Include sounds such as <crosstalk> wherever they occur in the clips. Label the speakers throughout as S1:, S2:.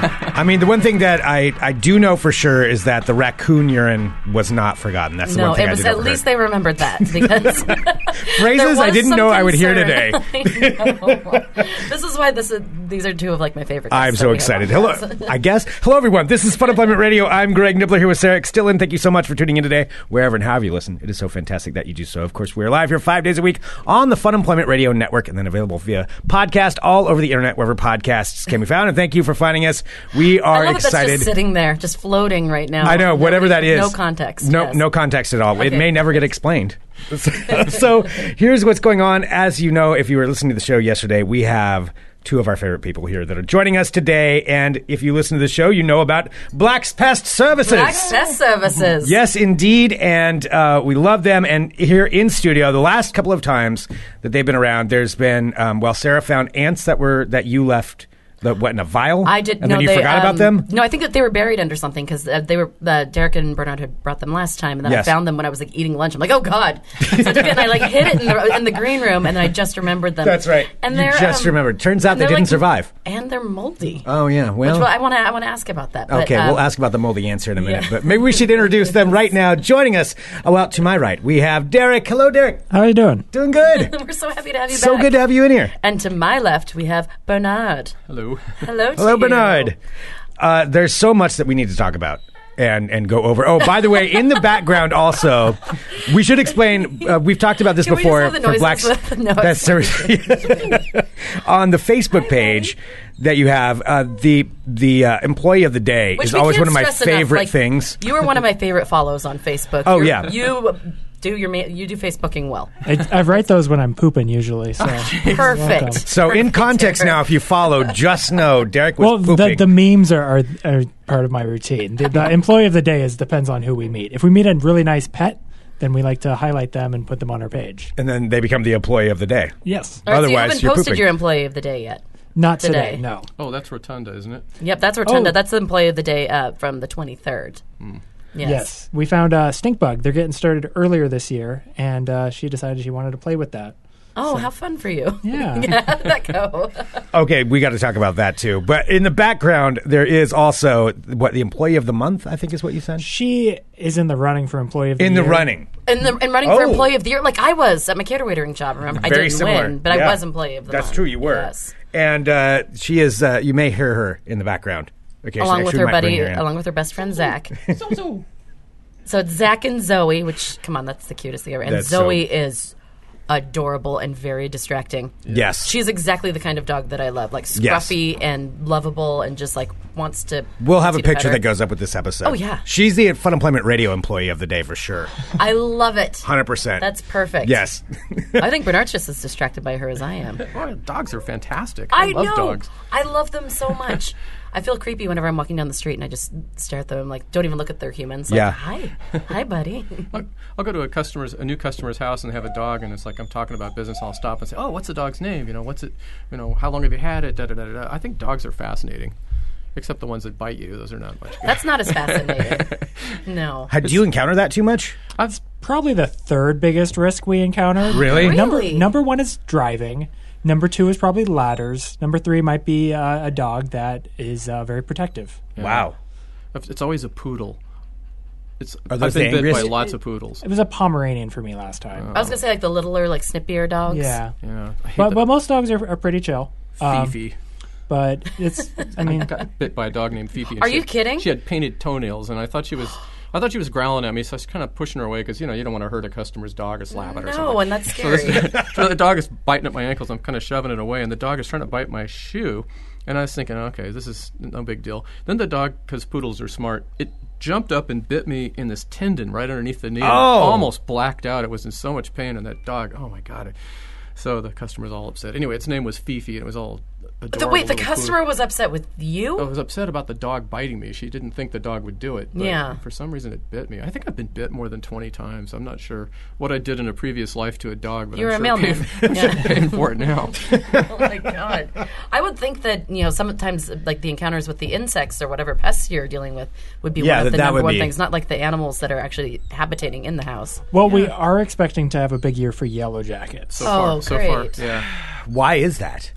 S1: I mean, the one thing that I, I do know for sure is that the raccoon urine was not forgotten. That's the
S2: no,
S1: one thing
S2: it
S1: I
S2: was
S1: did
S2: at
S1: overheard.
S2: least they
S1: <laughs>
S2: remembered that because <laughs> there
S1: phrases I
S2: was
S1: didn't
S2: some
S1: know I would hear today.
S2: <laughs> concern. I know. <laughs> this is why this is, these are two of like my favorites.
S1: I'm so excited.
S2: <laughs>
S1: Hello, I guess. Hello, everyone. This is Fun Employment Radio. I'm Greg Nibbler here with Sarah Stillin. Thank you so much for tuning in today, wherever and however you listen. It is so fantastic that you do so. Of course, we're live here five days a week on the Fun Employment Radio Network and then available via podcast all over the internet, wherever podcasts can be found. And thank you for finding us. We
S2: I
S1: are
S2: love that that's
S1: excited.
S2: just sitting there, just floating right now.
S1: I know, whatever that is.
S2: No context.
S1: No,
S2: yes.
S1: no context at all. It
S2: Okay.
S1: may never get
S2: <laughs>
S1: explained. so here's what's going on. As you know, if you were listening to the show yesterday, we have two of our favorite people here that are joining us today. And if you listen to the show, you know about Black's Pest Services.
S2: Access services.
S1: Yes, indeed, and uh, we love them. And here in studio, the last couple of times that they've been around, there's been um, well, Sarah found ants that were that you left the what in a vial.
S2: I did.
S1: and
S2: no,
S1: then you
S2: they,
S1: forgot
S2: um,
S1: about them.
S2: No, I think that they were buried under something because uh, they were. Uh, Derek and Bernard had brought them last time, and then
S1: Yes.
S2: I found them when I was like eating lunch. I'm like, oh god! So I took it and I like hid it in the, in the green room, and then I just remembered them.
S1: That's right.
S2: And
S1: You
S2: they're
S1: just
S2: um,
S1: remembered. Turns out
S2: and
S1: they
S2: they're,
S1: didn't
S2: like,
S1: survive.
S2: and they're moldy.
S1: Oh yeah, well,
S2: Which, well, I want to. I want to ask about that. but,
S1: Okay, we'll
S2: um, <laughs>
S1: ask about the moldy ants here in a minute,
S2: Yeah.
S1: but maybe we should introduce them right now. Joining us, oh, well, to my right, we have Derek. Hello, Derek.
S3: How are you doing?
S1: Doing good.
S2: <laughs> We're so happy to have you
S1: so
S2: back.
S1: good to have you in here.
S2: and to my left, we have Bernard.
S4: Hello.
S2: Hello, to
S1: Hello,
S2: you.
S1: Bernard. Uh, there's so much that we need to talk about. And, and go over. Oh, by the way, in the background also, we should explain. Uh, we've talked about this
S2: Can we just
S1: before
S2: have the
S1: for
S2: noises
S1: blacks.
S2: with the noise?
S1: That's <laughs> on the Facebook page that you have. Uh, the the uh, employee of the day
S2: Which
S1: is
S2: we
S1: always one
S2: can't
S1: of my
S2: stress enough,
S1: favorite
S2: like,
S1: things.
S2: You are one of my favorite follows on Facebook.
S1: Oh,
S2: You're-
S1: yeah.
S2: you do your ma- you do Facebooking
S1: <laughs>
S2: well.
S3: I, I write those when I'm pooping usually. So,
S2: Perfect.
S1: So in context
S2: Derek.
S1: now, if you follow, just know Derek was
S3: well, the,
S1: pooping.
S3: the memes are, are are part of my routine.
S1: <laughs>
S3: The, the employee of the day is depends on who we meet. If we meet a really nice pet, then we like to highlight them and put them on our page.
S1: and then they become the employee of the day.
S3: Yes,
S2: All right, so you
S1: Otherwise,
S2: haven't
S1: you're
S2: posted
S1: pooping.
S2: your employee of the day yet.
S3: not
S2: Today.
S3: today. No,
S4: Oh, that's Rotunda, isn't it?
S2: Yep, that's Rotunda.
S3: Oh.
S2: That's the employee of the day uh, from the twenty third. Yes.
S3: yes. we found uh, stink bug. They're getting started earlier this year, and uh, she decided she wanted to play with that.
S2: Oh, how fun for you! <laughs>
S3: Yeah.
S2: How'd that go?
S1: <laughs> Okay, we got to talk about that too. But in the background, there is also what the employee of the month. I think is what you said
S3: She is in the running for employee of the
S1: in the
S3: year.
S1: running.
S2: And, the, and running for
S1: Oh.
S2: employee of the year, like I was at my cater waitering job. Remember, I
S1: Very
S2: didn't
S1: similar.
S2: win, but
S1: Yeah.
S2: I was employee of the
S1: That's
S2: month.
S1: true. You were.
S2: Yes.
S1: And uh, she is. Uh, you may hear her in the background. Okay,
S2: along with her buddy, along with her best friend Zach. so it's Zach and Zoe, which come on, that's the cutest thing ever. And
S1: That's so-
S2: Zoe is adorable and very distracting.
S1: yes,
S2: She's exactly the kind of dog that I love, like
S1: Yes.
S2: scruffy and lovable, and just like wants to.
S1: We'll have a
S2: wants you to
S1: picture
S2: pet
S1: that
S2: her.
S1: goes up with this episode.
S2: Oh, yeah.
S1: she's the Fun Employment Radio employee of the day for sure,
S2: I love it.
S1: hundred percent.
S2: That's perfect.
S1: Yes, <laughs>
S2: I think Bernard's just as distracted by her as I am.
S4: Oh, dogs are fantastic. I,
S2: I
S4: love
S2: know.
S4: dogs.
S2: I love them so
S1: <laughs>
S2: much. I feel creepy whenever I'm walking down the street and I just stare at them. like, don't even look at their humans. Like,
S1: Yeah.
S2: Hi, hi, buddy.
S4: Look, I'll go to a customer's, a new customer's house, and have a dog, and it's like I'm talking about business. I'll stop and say, "Oh, what's the dog's name? You know, what's it? You know, how long have you had it? Da da da da." da. I think dogs are fascinating, except the ones that bite you. Those are not much good.
S2: That's not
S1: <laughs>
S2: as fascinating. No.
S1: Had- do you encounter that too much?
S4: I've,
S3: probably the third biggest risk we encounter.
S1: Really?
S3: Number
S2: Really?
S3: number one is driving. Number two is probably ladders. Number three might be uh, a dog that is uh, very protective.
S1: Wow.
S4: I've, it's always a poodle. It's
S1: those
S4: I've been
S1: the
S4: bit by
S1: angriest?
S4: lots of poodles.
S3: It was a Pomeranian for me last time.
S2: I was gonna say like the littler, like snippier dogs.
S3: yeah,
S4: Yeah, I hate
S3: but
S4: the
S3: but most dogs are, are pretty chill. Um,
S4: Fifi.
S3: but it's I mean
S4: got bit by a dog named Fifi. and
S2: Are
S4: she
S2: you
S4: had-
S2: kidding?
S4: She had painted toenails, and I thought she was, I thought she was growling at me, so I was kind of pushing her away because you know you don't want to hurt a customer's dog or slap it or
S2: No,
S4: something.
S1: <laughs>
S2: and that's scary.
S4: <laughs> so the dog is biting at my ankles. I'm kind of shoving it away, and the dog is trying to bite my shoe. And I was thinking, okay, this is no big deal. Then the dog, because poodles are smart, it jumped up and bit me in this tendon right underneath the knee. I
S1: Oh.
S4: almost blacked out. It was in so much pain, and that dog, oh my god. So the customer's all upset. Anyway, its name was Fifi, and it was all.
S2: The,
S4: adorable
S2: wait, the
S4: little poodle.
S2: customer was upset with you.
S4: I
S1: Oh.
S4: was upset about the dog biting me. She didn't think the dog would do it. But
S2: Yeah.
S4: For some reason, it bit me. I think I've been bit more than 20 times. I'm not sure what I did in a previous life to a dog, but
S2: You're
S4: I'm
S2: a
S4: sure
S2: mailman.
S4: Paying,
S2: Yeah.
S4: <laughs> I'm sure paying for
S2: <laughs>
S4: it now.
S2: oh my god! I would think that you know sometimes like the encounters with the insects or whatever pests you're dealing with would be
S1: Yeah,
S2: one of
S1: that-
S2: the
S1: that
S2: number
S1: would
S2: one
S1: be-
S2: things, not like the animals that are actually habitating in the house.
S3: well we are expecting to have a big year for yellow jackets.
S4: So
S2: Oh,
S4: far. So
S2: great.
S4: far. Yeah.
S1: Why is that?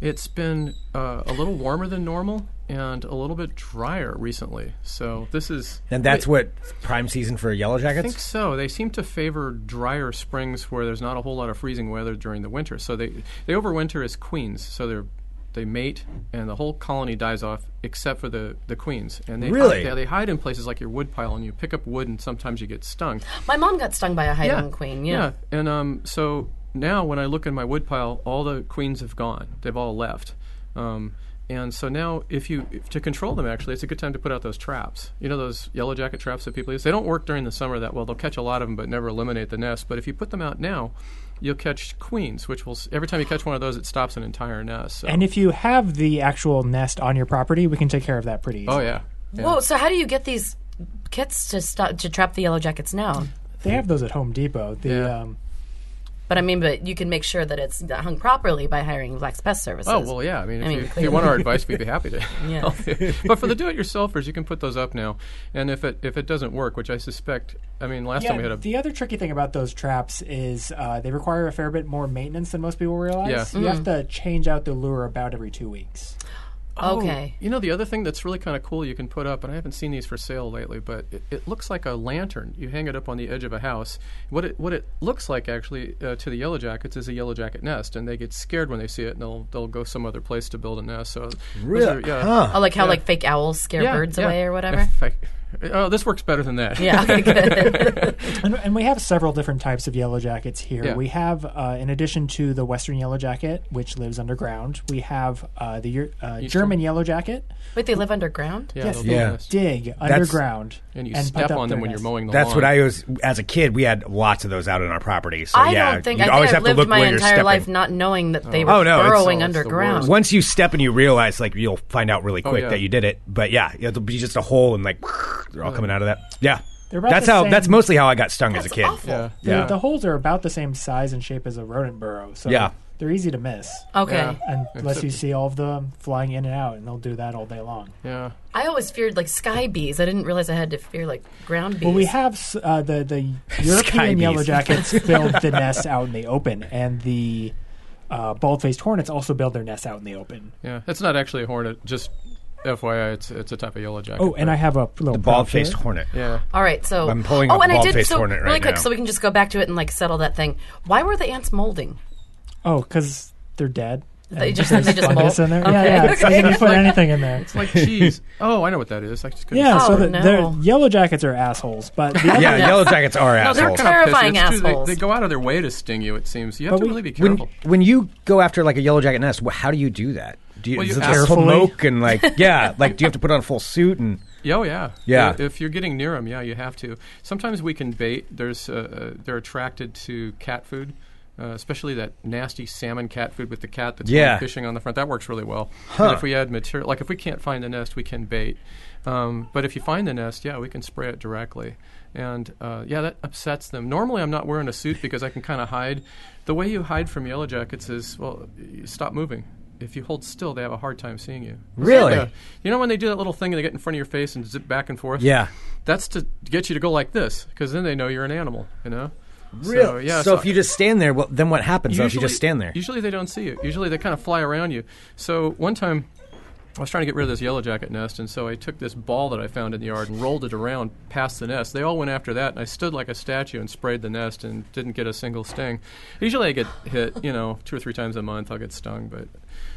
S4: It's been uh, a little warmer than normal. and a little bit drier recently. So this is
S1: And that's
S4: I-
S1: what prime season for yellow
S4: I think
S1: jackets.
S4: so. They seem to favor drier springs where there's not a whole lot of freezing weather during the winter. So they they overwinter as queens. So they're they mate and the whole colony dies off except for the, the queens. And they
S1: Really?
S4: hide, they, they hide in places like your woodpile and you pick up wood and sometimes you get stung.
S2: My mom got stung by a hiding queen. Yeah.
S4: And um, so now when I look in my woodpile, all the queens have gone. They've all left. Um, and so now, if you if to control them, actually, it's a good time to put out those traps. You know those yellow jacket traps that people use. They don't work during the summer that well. They'll catch a lot of them, but never eliminate the nest. But if you put them out now, you'll catch queens, which will s- every time you catch one of those, it stops an entire nest. So.
S3: And if you have the actual nest on your property, we can take care of that pretty easily.
S4: oh yeah, yeah.
S2: Whoa. So how do you get these kits to stop to trap the yellow jackets now?
S3: They have those at Home Depot. The
S4: Yeah.
S3: um,
S2: But I mean, but you can make sure that it's hung properly by hiring Black's Pest Services.
S4: Oh well, yeah. I mean, if,
S2: mean,
S4: you, if you
S2: <laughs>
S4: want our advice, we'd be happy to.
S2: Yeah.
S4: help you. But for the do-it-yourselfers, you can put those up now. And if it if it doesn't work, which I suspect, I mean, last time we had
S3: yeah,
S4: a
S3: the other tricky thing about those traps is uh, they require a fair bit more maintenance than most people realize.
S4: Yeah.
S1: Mm-hmm.
S3: You have to change out the lure about every two weeks.
S4: Oh,
S2: Okay.
S4: you know the other thing that's really kind of cool you can put up, and I haven't seen these for sale lately, but it, it looks like a lantern. You hang it up on the edge of a house. What it what it looks like actually uh, to the yellow jackets is a yellow jacket nest, and they get scared when they see it, and they'll they'll go some other place to build a nest. So those are-
S1: Really?
S4: yeah.
S2: Oh, like how
S4: Yeah.
S2: like fake owls scare
S4: Yeah,
S2: birds
S4: yeah.
S2: away or
S4: <laughs>
S2: whatever.
S4: If I- oh, this works better than that.
S2: yeah. <laughs> Okay. Good.
S3: And, and we have several different types of yellow jackets here.
S4: Yeah.
S3: We have, uh, in addition to the Western yellow jacket, which lives underground, we have uh, the Eur- uh, German yellow jacket
S2: Wait, they live underground.
S4: Yeah.
S3: Yes.
S4: they'll build a
S1: Yeah.
S4: nest.
S3: dig underground,
S4: And you
S3: put
S4: step
S3: up
S4: on them
S3: their
S4: when you're
S3: nest.
S4: mowing the lawn.
S1: That's what I was as a kid. We had lots of those out on our property. So
S2: I
S1: yeah,
S2: don't think
S1: you
S2: I
S1: always
S2: think I've
S1: have to
S2: lived
S1: look
S2: my
S1: where you're
S2: entire
S1: stepping.
S2: life not knowing that they were
S1: Oh, no, it's-
S2: burrowing
S4: oh, it's the
S2: underground.
S4: worst.
S1: Once you step and you realize, like you'll find out really quick
S4: Oh, yeah.
S1: that you did it. But yeah, it'll be just a hole and like <laughs> they're all coming out of that. Yeah,
S3: They're about
S1: that's
S3: the
S1: how.
S3: same-
S1: That's mostly how I got stung as a
S2: That's
S1: kid.
S2: awful.
S4: Yeah.
S3: The,
S1: Yeah.
S3: the holes are about the same size and shape as a rodent burrow, so
S1: Yeah.
S3: they're easy to miss.
S2: Okay.
S4: Yeah.
S3: Unless you see all of them flying in and out, and they'll do that all day long.
S4: Yeah.
S2: I always feared like sky bees. I didn't realize I had to fear like ground bees.
S3: Well, we have s- uh, the the European
S1: bees.
S3: yellow jackets build <laughs> the nests out in the open, and the uh, bald-faced hornets also build their nests out in the open.
S4: Yeah. That's not actually a hornet. Just FYI, it's it's a type of yellow jacket.
S3: Oh, and I have a p- little prop
S1: Bald-faced
S3: here.
S1: hornet.
S4: Yeah.
S2: All right, so
S1: I'm pulling
S2: oh,
S1: up
S2: and I did
S1: bald-faced
S2: so
S1: hornet
S2: really
S1: right
S2: quick,
S1: now.
S2: so we can just go back to it and like settle that thing. Why were the ants molding?
S3: Oh, because they're dead.
S2: They
S3: and
S2: just-
S3: there's
S2: they just molt?
S3: fungus in there.
S2: Okay.
S3: Yeah, yeah. So you can
S2: Okay. <laughs>
S3: put anything in there.
S4: <laughs> It's like cheese. oh, I know what that is. I just couldn't
S3: Yeah,
S2: Oh,
S3: so the,
S2: no.
S3: the yellow jackets are assholes, but the other-
S1: Yeah, yellow jackets are
S2: <laughs> No, they're
S1: assholes.
S2: kind Terrifying
S4: It's true, they-
S2: assholes.
S4: They, go out of their way to sting you. It seems you have
S3: But
S4: to
S3: we-
S4: really be
S1: when
S4: careful.
S1: when you go after like a yellow jacket nest, wh- how do you do that? Do you,
S4: Well, you
S1: is it
S4: ask-
S1: like smoke and
S2: <laughs>
S1: like yeah, like do you have to put on a full suit and
S4: Yeah, oh yeah,
S1: Yeah.
S4: If, if you're getting near them, yeah, you have to. Sometimes we can bait. There's uh, uh, they're attracted to cat food. Uh, especially that nasty salmon cat food with the cat that's going
S1: Yeah.
S4: fishing on the front. That works really well.
S1: Huh.
S4: And if we add material, like if we can't find the nest, we can bait. Um, but if you find the nest, yeah, we can spray it directly. And uh, yeah, that upsets them. Normally, I'm not wearing a suit because I can kind of hide. The way you hide from yellow jackets is well, you stop moving. If you hold still, they have a hard time seeing you.
S1: Really?
S4: Yeah. You know when they do that little thing and they get in front of your face and zip back and forth?
S1: yeah?
S4: That's to get you to go like this, because then they know you're an animal, you know? So,
S1: Really?
S4: yeah,
S1: So, if you just stand there, well, then what happens? Though, if you just stand there,
S4: Usually they don't see you. Usually they kind of fly around you. So one time I was trying to get rid of this yellow jacket nest, and so I took this ball that I found in the yard and rolled it around past the nest. They all went after that, and I stood like a statue and sprayed the nest and didn't get a single sting. Usually I get hit, you know, two or three times a month I'll get stung, but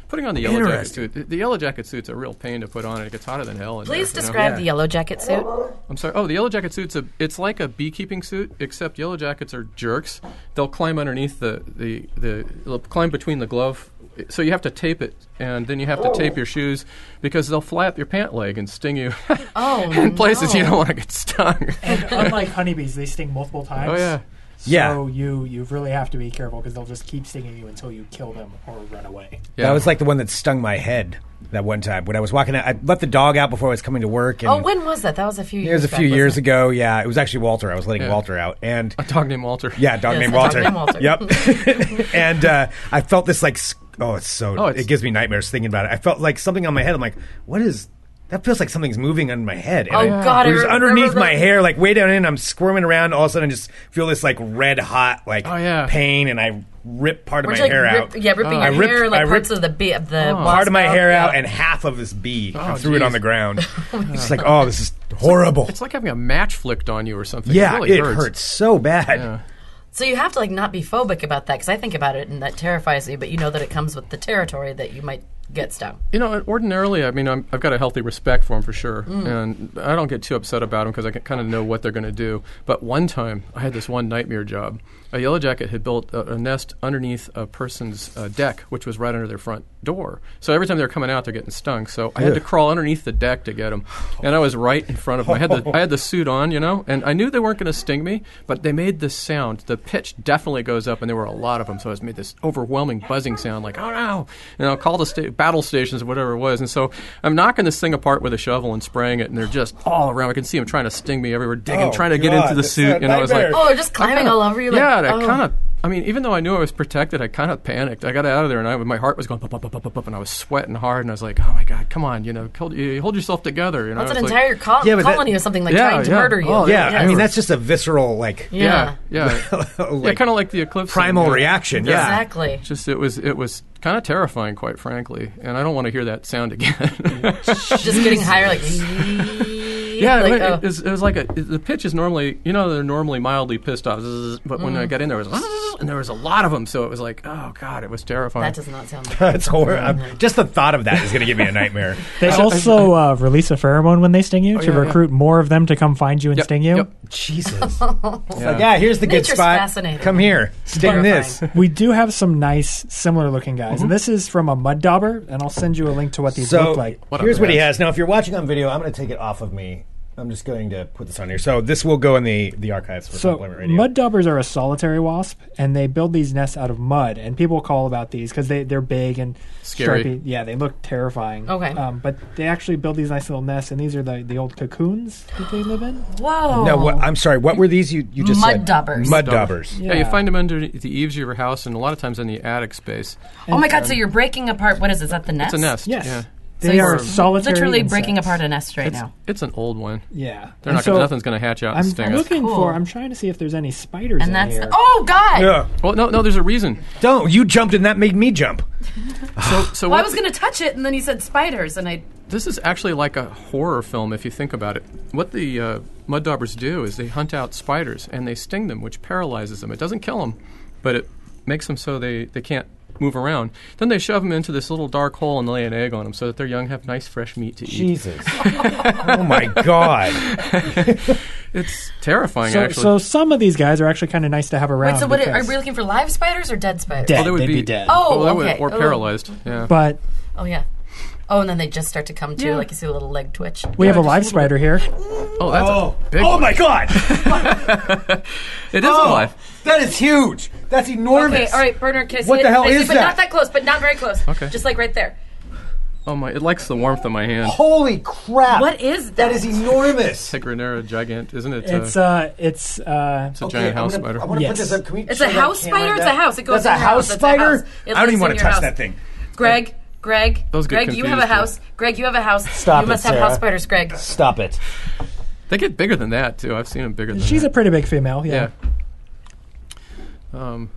S4: putting on the yellow jacket
S1: Interesting.
S4: suit, the- the yellow jacket suit's a real pain to put on, and it gets hotter than hell. in there,
S2: Please
S4: you know?
S2: describe
S1: Yeah.
S2: the yellow jacket suit.
S4: I'm sorry. Oh, the yellow jacket suit's a. It's like a beekeeping suit, except yellow jackets are jerks. They'll climb underneath the the the. They'll climb between the glove. So you have to tape it, and then you have to tape your shoes because they'll fly up your pant leg and sting you <laughs>
S2: Oh,
S4: in places you
S2: no.
S4: don't want to get stung. <laughs>
S3: and unlike honeybees, they sting multiple times.
S4: oh yeah.
S3: So
S1: Yeah.
S3: you you really have to be careful because they'll just keep stinging you until you kill them or run away.
S4: Yeah.
S1: That was like the one that stung my head that one time when I was walking out. I let the dog out before I was coming to work. And
S2: Oh, when was that? That was a few.
S1: it was
S2: years
S1: a few
S2: back,
S1: years
S2: wasn't
S1: ago. Yeah, it was actually Walter. I was letting
S4: Yeah.
S1: Walter out,
S4: <laughs>
S1: and
S4: a dog named Walter.
S1: yeah, dog
S2: Yes,
S1: named
S2: a dog
S1: Walter.
S2: named Walter. <laughs>
S1: yep. and uh, I felt this like s- oh, it's so
S4: Oh, it's-
S1: it gives me nightmares thinking about it. I felt like something on my head. I'm like, what is that feels like something's moving on my head. And
S2: Oh,
S1: I-
S2: God,
S1: It
S2: I
S1: was
S2: remember
S1: underneath
S2: that.
S1: my hair, like way down in. I'm squirming around. All of a sudden, I just feel this like red hot, like
S4: Oh, yeah.
S1: pain, and I rip part of
S2: Weren't
S1: my
S2: you,
S1: hair
S2: like,
S1: out. Uh,
S2: rip, yeah, ripping
S1: I
S2: your
S1: ripped-
S2: hair,
S1: I
S2: like
S1: ripped
S2: parts of the bee, of the
S1: part
S2: wasp
S1: of my hair
S2: yeah.
S1: out and half of this bee. I
S4: Oh,
S1: threw it on
S4: geez.
S1: the ground. It's like, oh, this is horrible.
S4: It's like having a match flicked on you or something.
S1: Yeah,
S4: it, really
S1: it
S4: hurts.
S1: hurts so bad.
S4: Yeah.
S2: So you have to like not be phobic about that because I think about it and that terrifies me. But you know that it comes with the territory that you might get stung.
S4: You know, ordinarily, I mean, I'm, I've got a healthy respect for them for sure, and I don't get too upset about them because I kind of know what they're going to do. But one time, I had this one nightmare job. A yellow jacket had built a, a nest underneath a person's uh, deck, which was right under their front door. So every time they were coming out, they're getting stung. So I had to crawl underneath the deck to get them, and I was right in front of them. I had the I had the suit on, you know, and I knew they weren't going to sting me, but they made this sound. The pitch definitely goes up, and there were a lot of them, so it made this overwhelming buzzing sound, like oh no, and I'll call the sta- battle stations or whatever it was, and so I'm knocking this thing apart with a shovel and spraying it, and they're just all around. I can see them trying to sting me everywhere, digging,
S1: Oh,
S4: trying to get
S1: God,
S4: into the
S1: that's
S4: suit,
S1: a
S4: and I was like,
S1: nightmare.
S2: Oh, they're just climbing all over you. Like,
S4: yeah, and I
S2: oh.
S4: kind of. I mean, even though I knew I was protected, I kind of panicked. I got out of there, and I, my heart was going pop, pop, pop, pop, pop, pop, and I was sweating hard, and I was like, "Oh my god, come on, you know, hold, you hold yourself together." You know,
S2: That's
S4: I
S2: an
S4: was like-
S2: entire col-
S1: Yeah, but that-
S2: colony or something like
S4: Yeah,
S2: trying to
S4: yeah.
S2: murder you.
S4: Oh,
S1: Yeah,
S4: Yeah,
S1: I mean
S4: yeah.
S1: that's just a visceral like,
S4: yeah, <laughs> yeah, yeah,
S1: <laughs> like,
S4: kind of like the eclipse, thing,
S1: primal
S4: yeah.
S1: reaction. Yeah,
S2: Exactly.
S4: Just it was it was kind of terrifying, quite frankly, and I don't want to hear that sound again. <laughs>
S2: Just getting higher, like.
S4: Yeah,
S2: like,
S4: it,
S2: oh.
S4: it, was, it was like a the pitch is normally you know they're normally mildly pissed off, zzz, but when I got in there it was zzz, and there was a lot of them, so it was like oh god, it was terrifying.
S2: that does not sound.
S1: That's horrible. Just the thought of that is going to give me a nightmare.
S3: They also uh, release a pheromone when they sting you to
S4: Oh, yeah, yeah.
S3: recruit more of them to come find you and
S4: Yep,
S3: sting you.
S4: yep.
S1: Jesus. It's like, yeah, here's the good
S2: Nature's
S1: spot.
S2: fascinating.
S1: Come here, sting
S2: Terrifying.
S1: this.
S3: We do have some nice, similar looking guys.
S4: Mm-hmm.
S3: And this is from a mud dauber, and I'll send you a link to what these
S1: So
S3: look like.
S1: here's
S4: up,
S1: what he
S4: guys?
S1: has. Now, if you're watching on video, I'm going to take it off of me. I'm just going to put this on here. So this will go in the the archives for
S3: So
S1: Compliment Radio.
S3: mud daubers are a solitary wasp, and they build these nests out of mud. And people call about these because they they're big and
S4: Scary.
S3: stripy. Yeah, they look terrifying.
S2: Okay.
S3: um, but they actually build these nice little nests, and these are the, the old cocoons that they live in.
S2: Whoa.
S1: no, what, I'm sorry. What were these? You you just
S2: Oh. Mud
S1: said?
S2: daubers.
S1: Mud daubers.
S4: Yeah. you find them under the eaves of your house, and a lot of times in the attic space.
S2: oh my god! So you're breaking apart. What is it? Is that the nest?
S4: It's a nest.
S3: Yes,
S4: Yeah.
S2: So
S3: they
S2: you're
S3: are solitary.
S2: Literally breaking
S3: insects.
S2: apart a nest right
S4: It's,
S2: now.
S4: it's an old one.
S3: Yeah,
S4: They're
S3: And
S4: not gonna,
S3: so
S4: nothing's going to hatch out
S3: I'm
S4: and sting us.
S3: looking
S2: Cool.
S3: for. I'm trying to see if there's any spiders in
S2: And that's
S3: here.
S2: oh god.
S1: Yeah.
S4: Well, no, no, there's a reason.
S1: Don't you jumped and that made me jump.
S4: So, so
S2: Well, I
S4: what-
S2: was going to touch it, and then he said spiders, and I.
S4: This is actually like a horror film if you think about it. What the uh, mud daubers do is they hunt out spiders and they sting them, which paralyzes them. It doesn't kill them, but it makes them so they, they can't move around. Then they shove them into this little dark hole and lay an egg on them so that their young have nice fresh meat to eat.
S1: Jesus. oh my
S2: <laughs>
S1: God.
S4: It's terrifying,
S3: So,
S4: actually.
S3: so some of these guys are actually kind of nice to have around.
S2: Wait, so what are
S3: Oh, because-
S2: we looking for? Live spiders or dead spiders?
S3: dead?
S4: they would
S3: They'd
S4: be-
S3: be, dead.
S2: Oh,
S4: that would-
S2: okay.
S4: Or
S2: Oh.
S4: paralyzed. Yeah.
S3: But
S2: Oh yeah. Oh, and then they just start to come to,
S4: Yeah.
S2: like you see a little leg twitch.
S3: we have a
S4: just a
S3: live
S4: little
S3: spider here.
S4: oh, that's
S1: Oh,
S4: a big
S1: oh
S4: one.
S1: my God. Oh,
S4: It is alive.
S1: That is huge. That's enormous.
S2: Okay, all right, burner kiss.
S1: What
S2: hit,
S1: the hell
S2: I see,
S1: is
S2: but
S1: that?
S2: not that close, but not very close.
S4: Okay.
S2: Just like right there.
S4: Oh, my. It likes the warmth of my hand.
S1: Holy crap.
S2: What is that?
S1: That is e- enormous.
S4: Tigranera gigant, isn't it?
S3: It's uh, it's uh,
S4: it's a giant house
S1: I'm gonna,
S4: spider.
S1: I want to
S3: Yes.
S1: put this up. Can we
S2: It's
S1: show
S2: a
S1: that
S2: house
S1: camera
S2: spider. It's
S1: that-
S2: a house. It goes
S1: That's
S2: in
S1: a
S2: your
S1: house
S2: house. It's a
S1: spider.
S2: house. It
S1: I don't
S2: lives
S1: even
S2: in
S1: want to
S2: your
S1: touch
S2: house.
S1: that thing.
S2: Greg, Greg,
S4: Those get
S2: Greg, you have a
S4: confused,
S2: house. Greg, you have a house.
S1: Stop
S2: you
S1: it,
S2: must have house
S1: Sarah.
S2: spiders, Greg.
S1: Stop it.
S4: They get bigger than that, too. I've seen them bigger than
S3: she's
S4: that.
S3: a pretty big female. Yeah.
S4: Yeah. Um,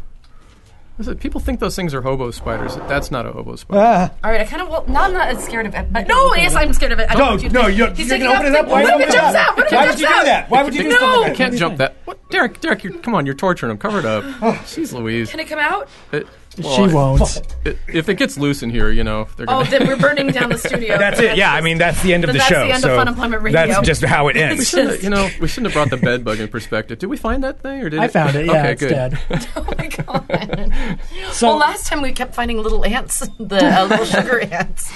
S4: is it- people think those things are hobo spiders. That's not a hobo spider.
S2: All right, I kind of well, no, I'm not scared of it. But no, yes, I'm scared of it. I
S1: No,
S2: don't want you to
S1: no,
S2: think-
S1: you're,
S2: He's
S1: you're
S2: taking
S1: gonna open it up.
S2: off.
S1: Why,
S2: What
S1: would
S2: if it
S1: you do
S2: jumps
S1: that?
S2: out? What if it
S1: Why would
S2: jumps
S1: you do
S2: out?
S1: that? Why would you do
S4: no,
S1: stuff
S3: Ah.
S1: like
S4: you
S1: that?
S4: can't jump that. What? Derek, Derek, you come on, you're torturing him. Cover it up. Jeez Louise.
S2: Can it come out?
S4: It- well,
S3: Oh. She won't.
S4: it- if it gets loose in here, you know, they're
S2: Oh,
S4: gonna.
S2: then we're burning down the
S1: <laughs>
S2: studio.
S1: That's it. Yeah, I mean that's the end of
S2: Then
S1: the
S2: that's
S1: show.
S2: the end of
S1: so
S2: Fun Employment Radio.
S1: That's just how <laughs> it
S4: <laughs> we
S1: ends.
S4: shouldn't, have- you know, we shouldn't have brought the bed bug in perspective. Did we find that thing, or did
S3: I
S2: <laughs>
S4: it-
S3: found it. Yeah,
S4: okay,
S3: it's
S4: good.
S3: dead.
S2: <laughs> Oh my god.
S3: So
S2: Well, last time we kept finding little ants, the uh,
S1: <laughs>
S2: little sugar ants.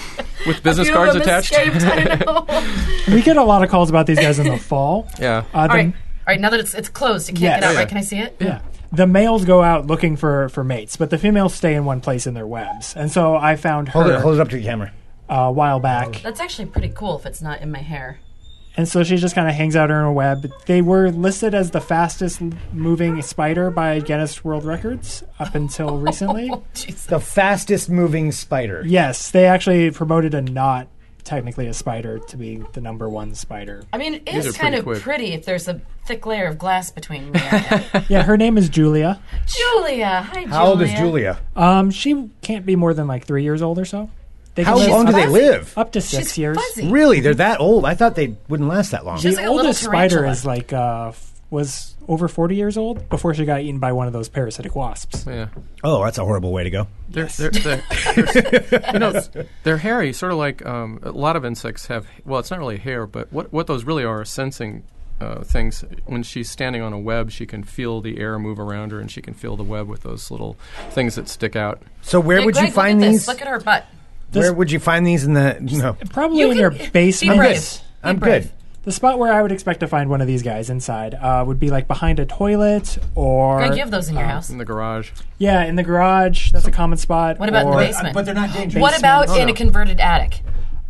S4: With business
S2: Few of
S4: cards
S2: them
S4: attached.
S2: escaped, I
S1: <laughs>
S2: know. <laughs>
S3: we get a lot of calls about these guys in the fall.
S4: Yeah.
S3: Uh, the,
S2: All right. All right, now that it's it's closed, it can't
S3: Yes.
S2: get out,
S4: Yeah.
S2: right? Can I see it?
S3: Yeah. The males go out looking for, for mates, but the females stay in one place in their webs. And so I found her
S1: Hold it, hold it up to the camera.
S3: uh, a while back.
S2: That's actually pretty cool if it's not in my hair.
S3: And so she just kind of hangs out in her web. They were listed as the fastest moving spider by Guinness World Records
S2: <laughs>
S3: up until recently.
S2: Jesus.
S1: The fastest moving spider.
S3: yes, they actually promoted a knot technically a spider to be the number one spider.
S2: I mean, it
S4: These
S2: is
S4: are
S2: kind
S4: pretty
S2: of
S4: quick.
S2: pretty if there's a thick layer of glass between me and
S1: <laughs>
S2: him.
S3: yeah, her name is Julia.
S2: Julia. Hi, Julia.
S1: How old is Julia?
S3: Um, she can't be more than like three years old or so. They
S1: How
S3: live
S1: long do they
S3: up-
S1: live?
S3: Up to
S2: She's
S3: six years.
S2: fuzzy.
S1: Really, they're that old? I thought they wouldn't last that long.
S2: She's
S3: the
S2: like a little
S3: oldest spider
S2: tarantula.
S3: is like uh, f- was over 40 years old before she got eaten by one of those parasitic wasps.
S4: Yeah.
S1: Oh, that's a horrible way to go.
S4: They're, they're, they're, they're-
S3: <laughs>
S4: you know, they're hairy, sort of like um, a lot of insects have. Well, it's not really hair, but what, what those really are are sensing uh, things. When she's standing on a web, she can feel the air move around her, and she can feel the web with those little things that stick out.
S1: So where
S2: Hey,
S1: would
S2: Greg,
S1: you find
S2: look at
S1: these?
S2: This. Look at her butt.
S1: where would you find these in the? No,
S3: Probably
S2: You
S3: in
S2: can-
S3: your
S2: be
S3: basement.
S2: brave.
S1: I'm
S2: brave.
S1: good.
S3: The spot where I would expect to find one of these guys inside uh, would be like behind a toilet or.
S2: Greg, you have those in your
S3: um,
S2: house.
S4: In the garage,
S3: Yeah, in the garage. That's a common spot.
S2: What about in the
S3: or
S2: basement? But they're
S1: not dangerous.
S2: What about in
S4: no.
S2: a converted attic?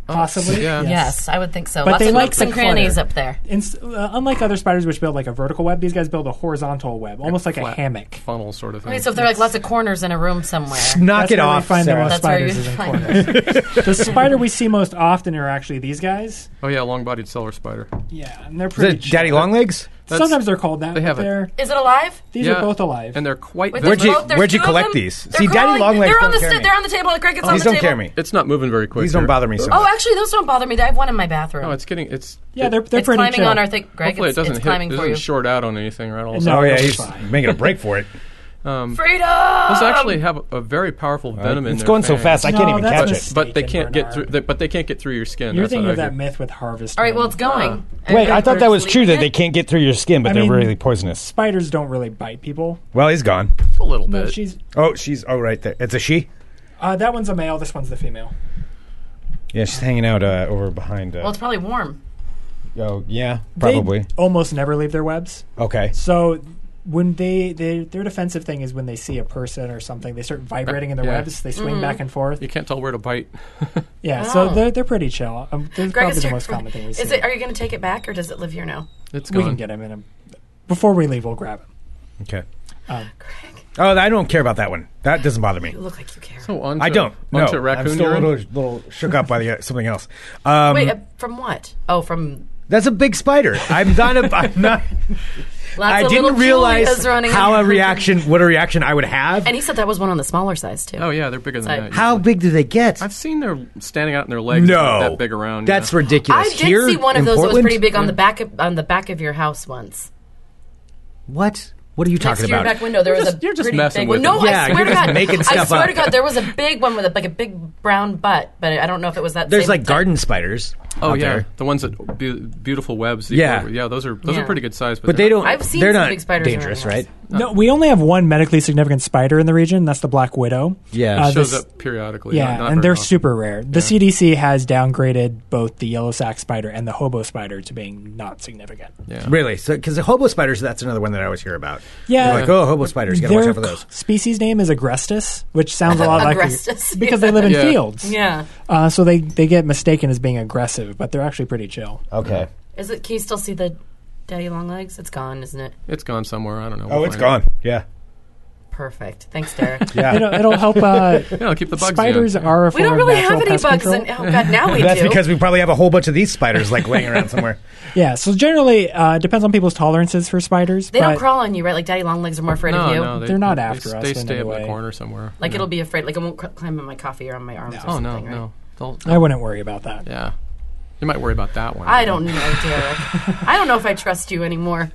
S3: Possibly.
S4: Yeah.
S2: Yes. I would think so.
S3: But
S2: Lots
S3: they
S2: of
S3: like
S2: nooks
S3: the
S2: and crannies
S3: clutter.
S2: up there.
S3: Inst- uh, unlike other spiders, which build like a vertical web, these guys build a horizontal web, almost like a
S4: flat
S3: hammock.
S4: funnel sort of thing.
S2: Okay, so if there are like lots of corners in a room somewhere.
S1: Knock
S3: That's
S1: it
S3: where we
S1: off,
S3: find the
S1: Sarah.
S2: That's
S3: most
S2: where you
S3: spiders is in
S2: find
S3: corners. <laughs> the spider we see most often are actually these guys.
S4: oh yeah, long-bodied cellar spider.
S3: Yeah, and they're
S1: Is
S3: pretty.
S1: it Daddy Longlegs?
S4: That's-
S3: Sometimes they're called that.
S4: They have
S3: but
S4: it.
S3: they're,
S2: Is it alive?
S3: these
S4: Yeah.
S3: are both alive.
S4: and they're quite.
S2: With
S1: Where'd
S2: the
S1: you-
S2: boat? There's
S1: where'd you
S2: two of
S1: collect
S2: them.
S1: these?
S2: They're
S1: See, Daddy
S2: crawling.
S1: Longlegs
S2: They're
S1: don't
S2: on the
S1: care
S2: sta-
S1: me.
S2: They're on the table. Like Greg, it's on
S1: These
S2: the
S1: don't
S2: table.
S1: care me.
S4: it's not moving very quick.
S1: These don't
S4: here.
S1: bother me so
S2: Oh,
S1: much.
S2: actually, those don't bother me. I have one in my bathroom.
S4: No, it's getting. It's
S3: yeah,
S4: it-
S3: they're they're
S2: it's
S3: pretty
S2: climbing
S3: chill.
S2: on our thing. Greg,
S4: Hopefully,
S2: it's,
S4: it doesn't
S2: it's
S4: hit.
S2: climbing
S4: it
S2: for
S4: doesn't
S2: you.
S4: short out on anything, right? All of a
S3: No.
S1: Oh yeah,
S3: That's
S1: he's
S3: fine.
S1: making a break for
S2: <laughs>
S1: it.
S2: Freedom.
S4: Those
S3: Um,
S4: actually have a, a very powerful venom in
S1: It's
S4: their
S1: going so
S4: fangs.
S1: fast I
S3: No,
S1: can't even
S3: that's
S1: catch
S3: a
S1: it.
S3: mistake.
S4: But they
S3: Taken,
S4: can't get
S3: Bernard.
S4: through. They, but they can't get through your skin.
S3: You're
S4: That's
S3: thinking
S4: what
S3: of
S4: I
S3: that
S4: hear.
S3: myth with harvest.
S2: All right.
S3: moon.
S2: Well, it's going.
S1: Wait, I thought that was true that they
S2: Everybody's
S1: can't get through your skin, but
S3: I
S1: they're
S3: mean-
S1: really poisonous.
S3: spiders don't really bite people.
S1: Well, he's gone.
S4: a little
S3: No,
S4: bit.
S3: she's
S1: Oh, she's oh right there. It's a she.
S3: uh, that one's a male. This one's the female.
S1: Yeah, she's hanging out uh, over behind.
S2: Well,
S1: Uh,
S2: it's probably warm.
S1: oh, yeah,
S3: They
S1: probably.
S3: almost never leave their webs.
S1: okay.
S3: So when they, they their defensive thing is when they see a person or something, they start vibrating in their
S4: Yeah.
S3: webs. They swing back and forth.
S4: You can't tell where to bite.
S3: Yeah,
S2: Mm-hmm. Oh.
S3: so they're they're pretty chill. Um, they're
S2: Greg,
S3: probably
S2: is
S3: the
S2: your-
S3: most common thing we see.
S2: Is it? Are you going to take it back, or does it live here now?
S4: It's
S3: we
S4: gone.
S3: can get him in a, before we leave. We'll grab him.
S1: Okay.
S2: Greg,
S1: Oh, I don't care about that one. That doesn't bother me.
S2: you look like you care.
S4: Oh, onto,
S1: I don't. No,
S4: Onto raccoon
S1: I'm still a
S4: urine.
S1: little, little shook up by the, uh, something else. Um,
S2: Wait, uh, from what? Oh, from
S1: that's a big spider. I'm not. A, I'm
S2: <laughs>
S1: not.
S2: lots
S1: I
S2: of
S1: didn't
S2: little
S1: realize
S2: Julias running
S1: how a
S2: around.
S1: reaction, what a reaction I would have.
S2: And he said that was one on the smaller size too.
S4: Oh yeah, they're bigger than
S2: Sorry.
S4: that.
S1: how big do they get?
S4: I've seen their standing out in their legs.
S1: no,
S4: that big around.
S1: That's
S4: yeah.
S1: ridiculous.
S2: I did
S1: Here
S2: see one
S1: in
S2: of those that was
S1: Portland?
S2: pretty big on the back of, on the back of your house once.
S1: What? What are you
S2: Next
S1: talking
S2: to your
S1: about?
S2: back window, there
S4: You're
S2: was
S4: just-
S2: a
S4: you're just
S2: pretty
S4: messing
S2: big
S4: with
S2: one. No,
S1: it. Yeah,
S2: I swear
S1: you're
S2: to
S1: just
S2: God,
S1: making
S2: I
S1: stuff
S2: swear
S1: up.
S2: to God, there was a big one with a, like a big brown butt, but I don't know if it was that.
S1: There's
S2: same
S1: like
S2: type.
S1: garden spiders.
S4: Oh
S1: out
S4: yeah,
S1: there.
S4: the ones that be- beautiful webs. that
S1: Yeah.
S4: you- yeah. Those are those
S2: Yeah.
S4: are pretty good size, but,
S1: but they
S4: they're
S1: don't.
S4: not-
S2: I've seen
S1: they're
S2: some
S1: not
S2: big spiders around
S1: dangerous,
S2: my house.
S1: right?
S4: Oh.
S3: No, we only have one medically significant spider in the region. That's the black widow.
S1: Yeah.
S3: Uh,
S4: shows
S3: this-
S4: up periodically.
S3: Yeah,
S4: not- not
S3: and
S4: very
S3: they're
S4: often.
S3: super rare. The CDC has downgraded both the yellow sack spider and the hobo spider to being not significant.
S4: Yeah.
S1: Really? So, because the hobo spiders, that's another one that I always hear about.
S3: Yeah.
S1: They're like oh, hobo spiders, gotta watch
S3: Their
S1: out for those.
S3: species name is agrestis, which sounds a lot like
S2: Agrestis,
S3: because they live in
S4: yeah.
S2: <laughs>
S3: fields.
S2: Yeah,
S3: Uh, so they, they get mistaken as being aggressive, but they're actually pretty chill.
S1: Okay.
S2: is it? Can you still see the daddy long legs? It's gone, isn't it?
S4: It's gone somewhere. I don't know.
S1: Oh,
S4: We'll
S1: it's
S4: find out.
S1: gone. Yeah.
S2: Perfect. Thanks,
S1: <laughs>
S2: Derek.
S1: Yeah.
S3: It'll, it'll help. Uh,
S4: Yeah, keep the bugs.
S3: spiders
S4: in.
S3: are a
S2: We
S3: form
S2: don't
S3: of
S2: really
S3: natural
S2: have any
S3: pest
S2: bugs,
S3: control.
S2: and oh god,
S4: <laughs>
S2: now we
S1: That's
S2: do.
S1: because we probably have a whole bunch of these spiders like laying around
S3: <laughs>
S1: somewhere.
S3: Yeah, so generally uh, depends on people's tolerances for spiders.
S2: they
S3: but
S2: don't crawl on you, right? Like daddy long legs are more afraid
S4: No,
S2: of you.
S4: no, they,
S3: They're not
S4: they
S3: after
S4: stay-
S3: us
S4: They
S3: in
S4: stay
S3: any
S4: up in
S3: way.
S4: the corner somewhere.
S2: Like
S4: Yeah.
S2: it'll be afraid. Like it won't cr- climb on my coffee or on my arms. Or
S4: Oh
S2: something,
S4: no,
S2: right?
S4: no. Don't-
S1: Oh,
S3: I wouldn't worry about that.
S4: Yeah, you might worry about that one.
S2: I don't know, Derek. I don't know if I trust you anymore.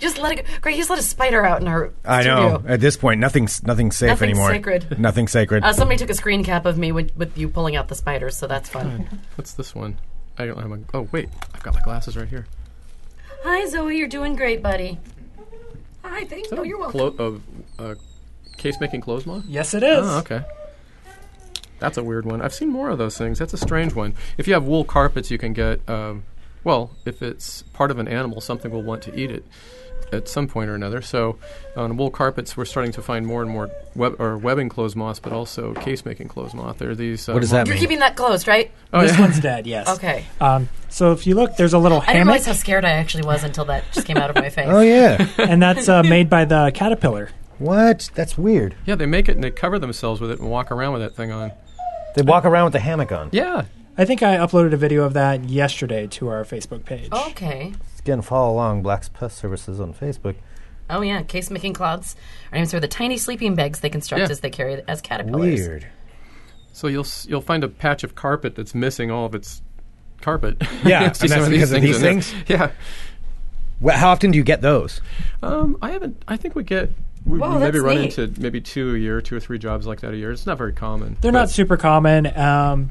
S2: Just let it go. Greg, he's let a spider out in our
S1: I
S2: studio.
S1: know. At this point, nothing's nothing's safe
S2: Nothing's
S1: anymore.
S2: sacred.
S1: Nothing sacred.
S2: Uh, somebody took a screen cap of me with, with you pulling out the spiders, so that's fun.
S4: What's this one? I don't have my. Oh wait, I've got my glasses right here.
S2: Hi, Zoe. You're doing great, buddy. Hi, thank you. You're welcome.
S4: Clo- uh, uh, case making clothes moth.
S3: Yes, it is.
S4: Oh, okay. That's a weird one. I've seen more of those things. That's a strange one. If you have wool carpets, you can get. Um, well, if it's part of an animal, something will want to eat it at some point or another. So, on wool carpets, we're starting to find more and more web or webbing clothes moth, but also case making clothes moth. There are these. Uh,
S1: What does that
S2: You're
S1: mean?
S2: keeping that closed, right?
S4: Oh,
S3: This
S4: yeah.
S3: one's dead. Yes.
S2: Okay.
S3: Um, so if you look, there's a little
S2: I didn't
S3: hammock,
S2: realize how scared I actually was until that just came out
S4: <laughs>
S2: of my face.
S1: oh
S3: <laughs>
S1: yeah.
S3: and that's uh, made by the
S2: <laughs>
S3: caterpillar.
S1: what? That's weird.
S4: Yeah, they make it and they cover themselves with it and walk around with that thing on.
S1: They walk around with the hammock on.
S4: Yeah,
S3: I think I uploaded a video of that yesterday to our Facebook page.
S2: Okay.
S5: Again, follow along Black's Pest Services on Facebook.
S2: Oh yeah, case making clouds are names for the tiny sleeping bags they construct
S4: Yeah.
S2: as they carry as
S3: Oh,
S2: caterpillars.
S1: Weird.
S4: So you'll s- you'll find a patch of carpet that's missing all of its carpet. <laughs>
S1: Yeah,
S4: See
S1: and that's
S4: some
S1: because of these
S4: in there.
S1: things?
S4: Yeah.
S1: Well, how often do you get those?
S4: Um, I haven't. I think we get. We
S2: Wow,
S4: maybe
S2: that's
S4: run
S2: neat.
S4: into maybe two a year, two or three jobs like that a year. It's not very common.
S3: They're
S4: but-
S3: not super common. Um,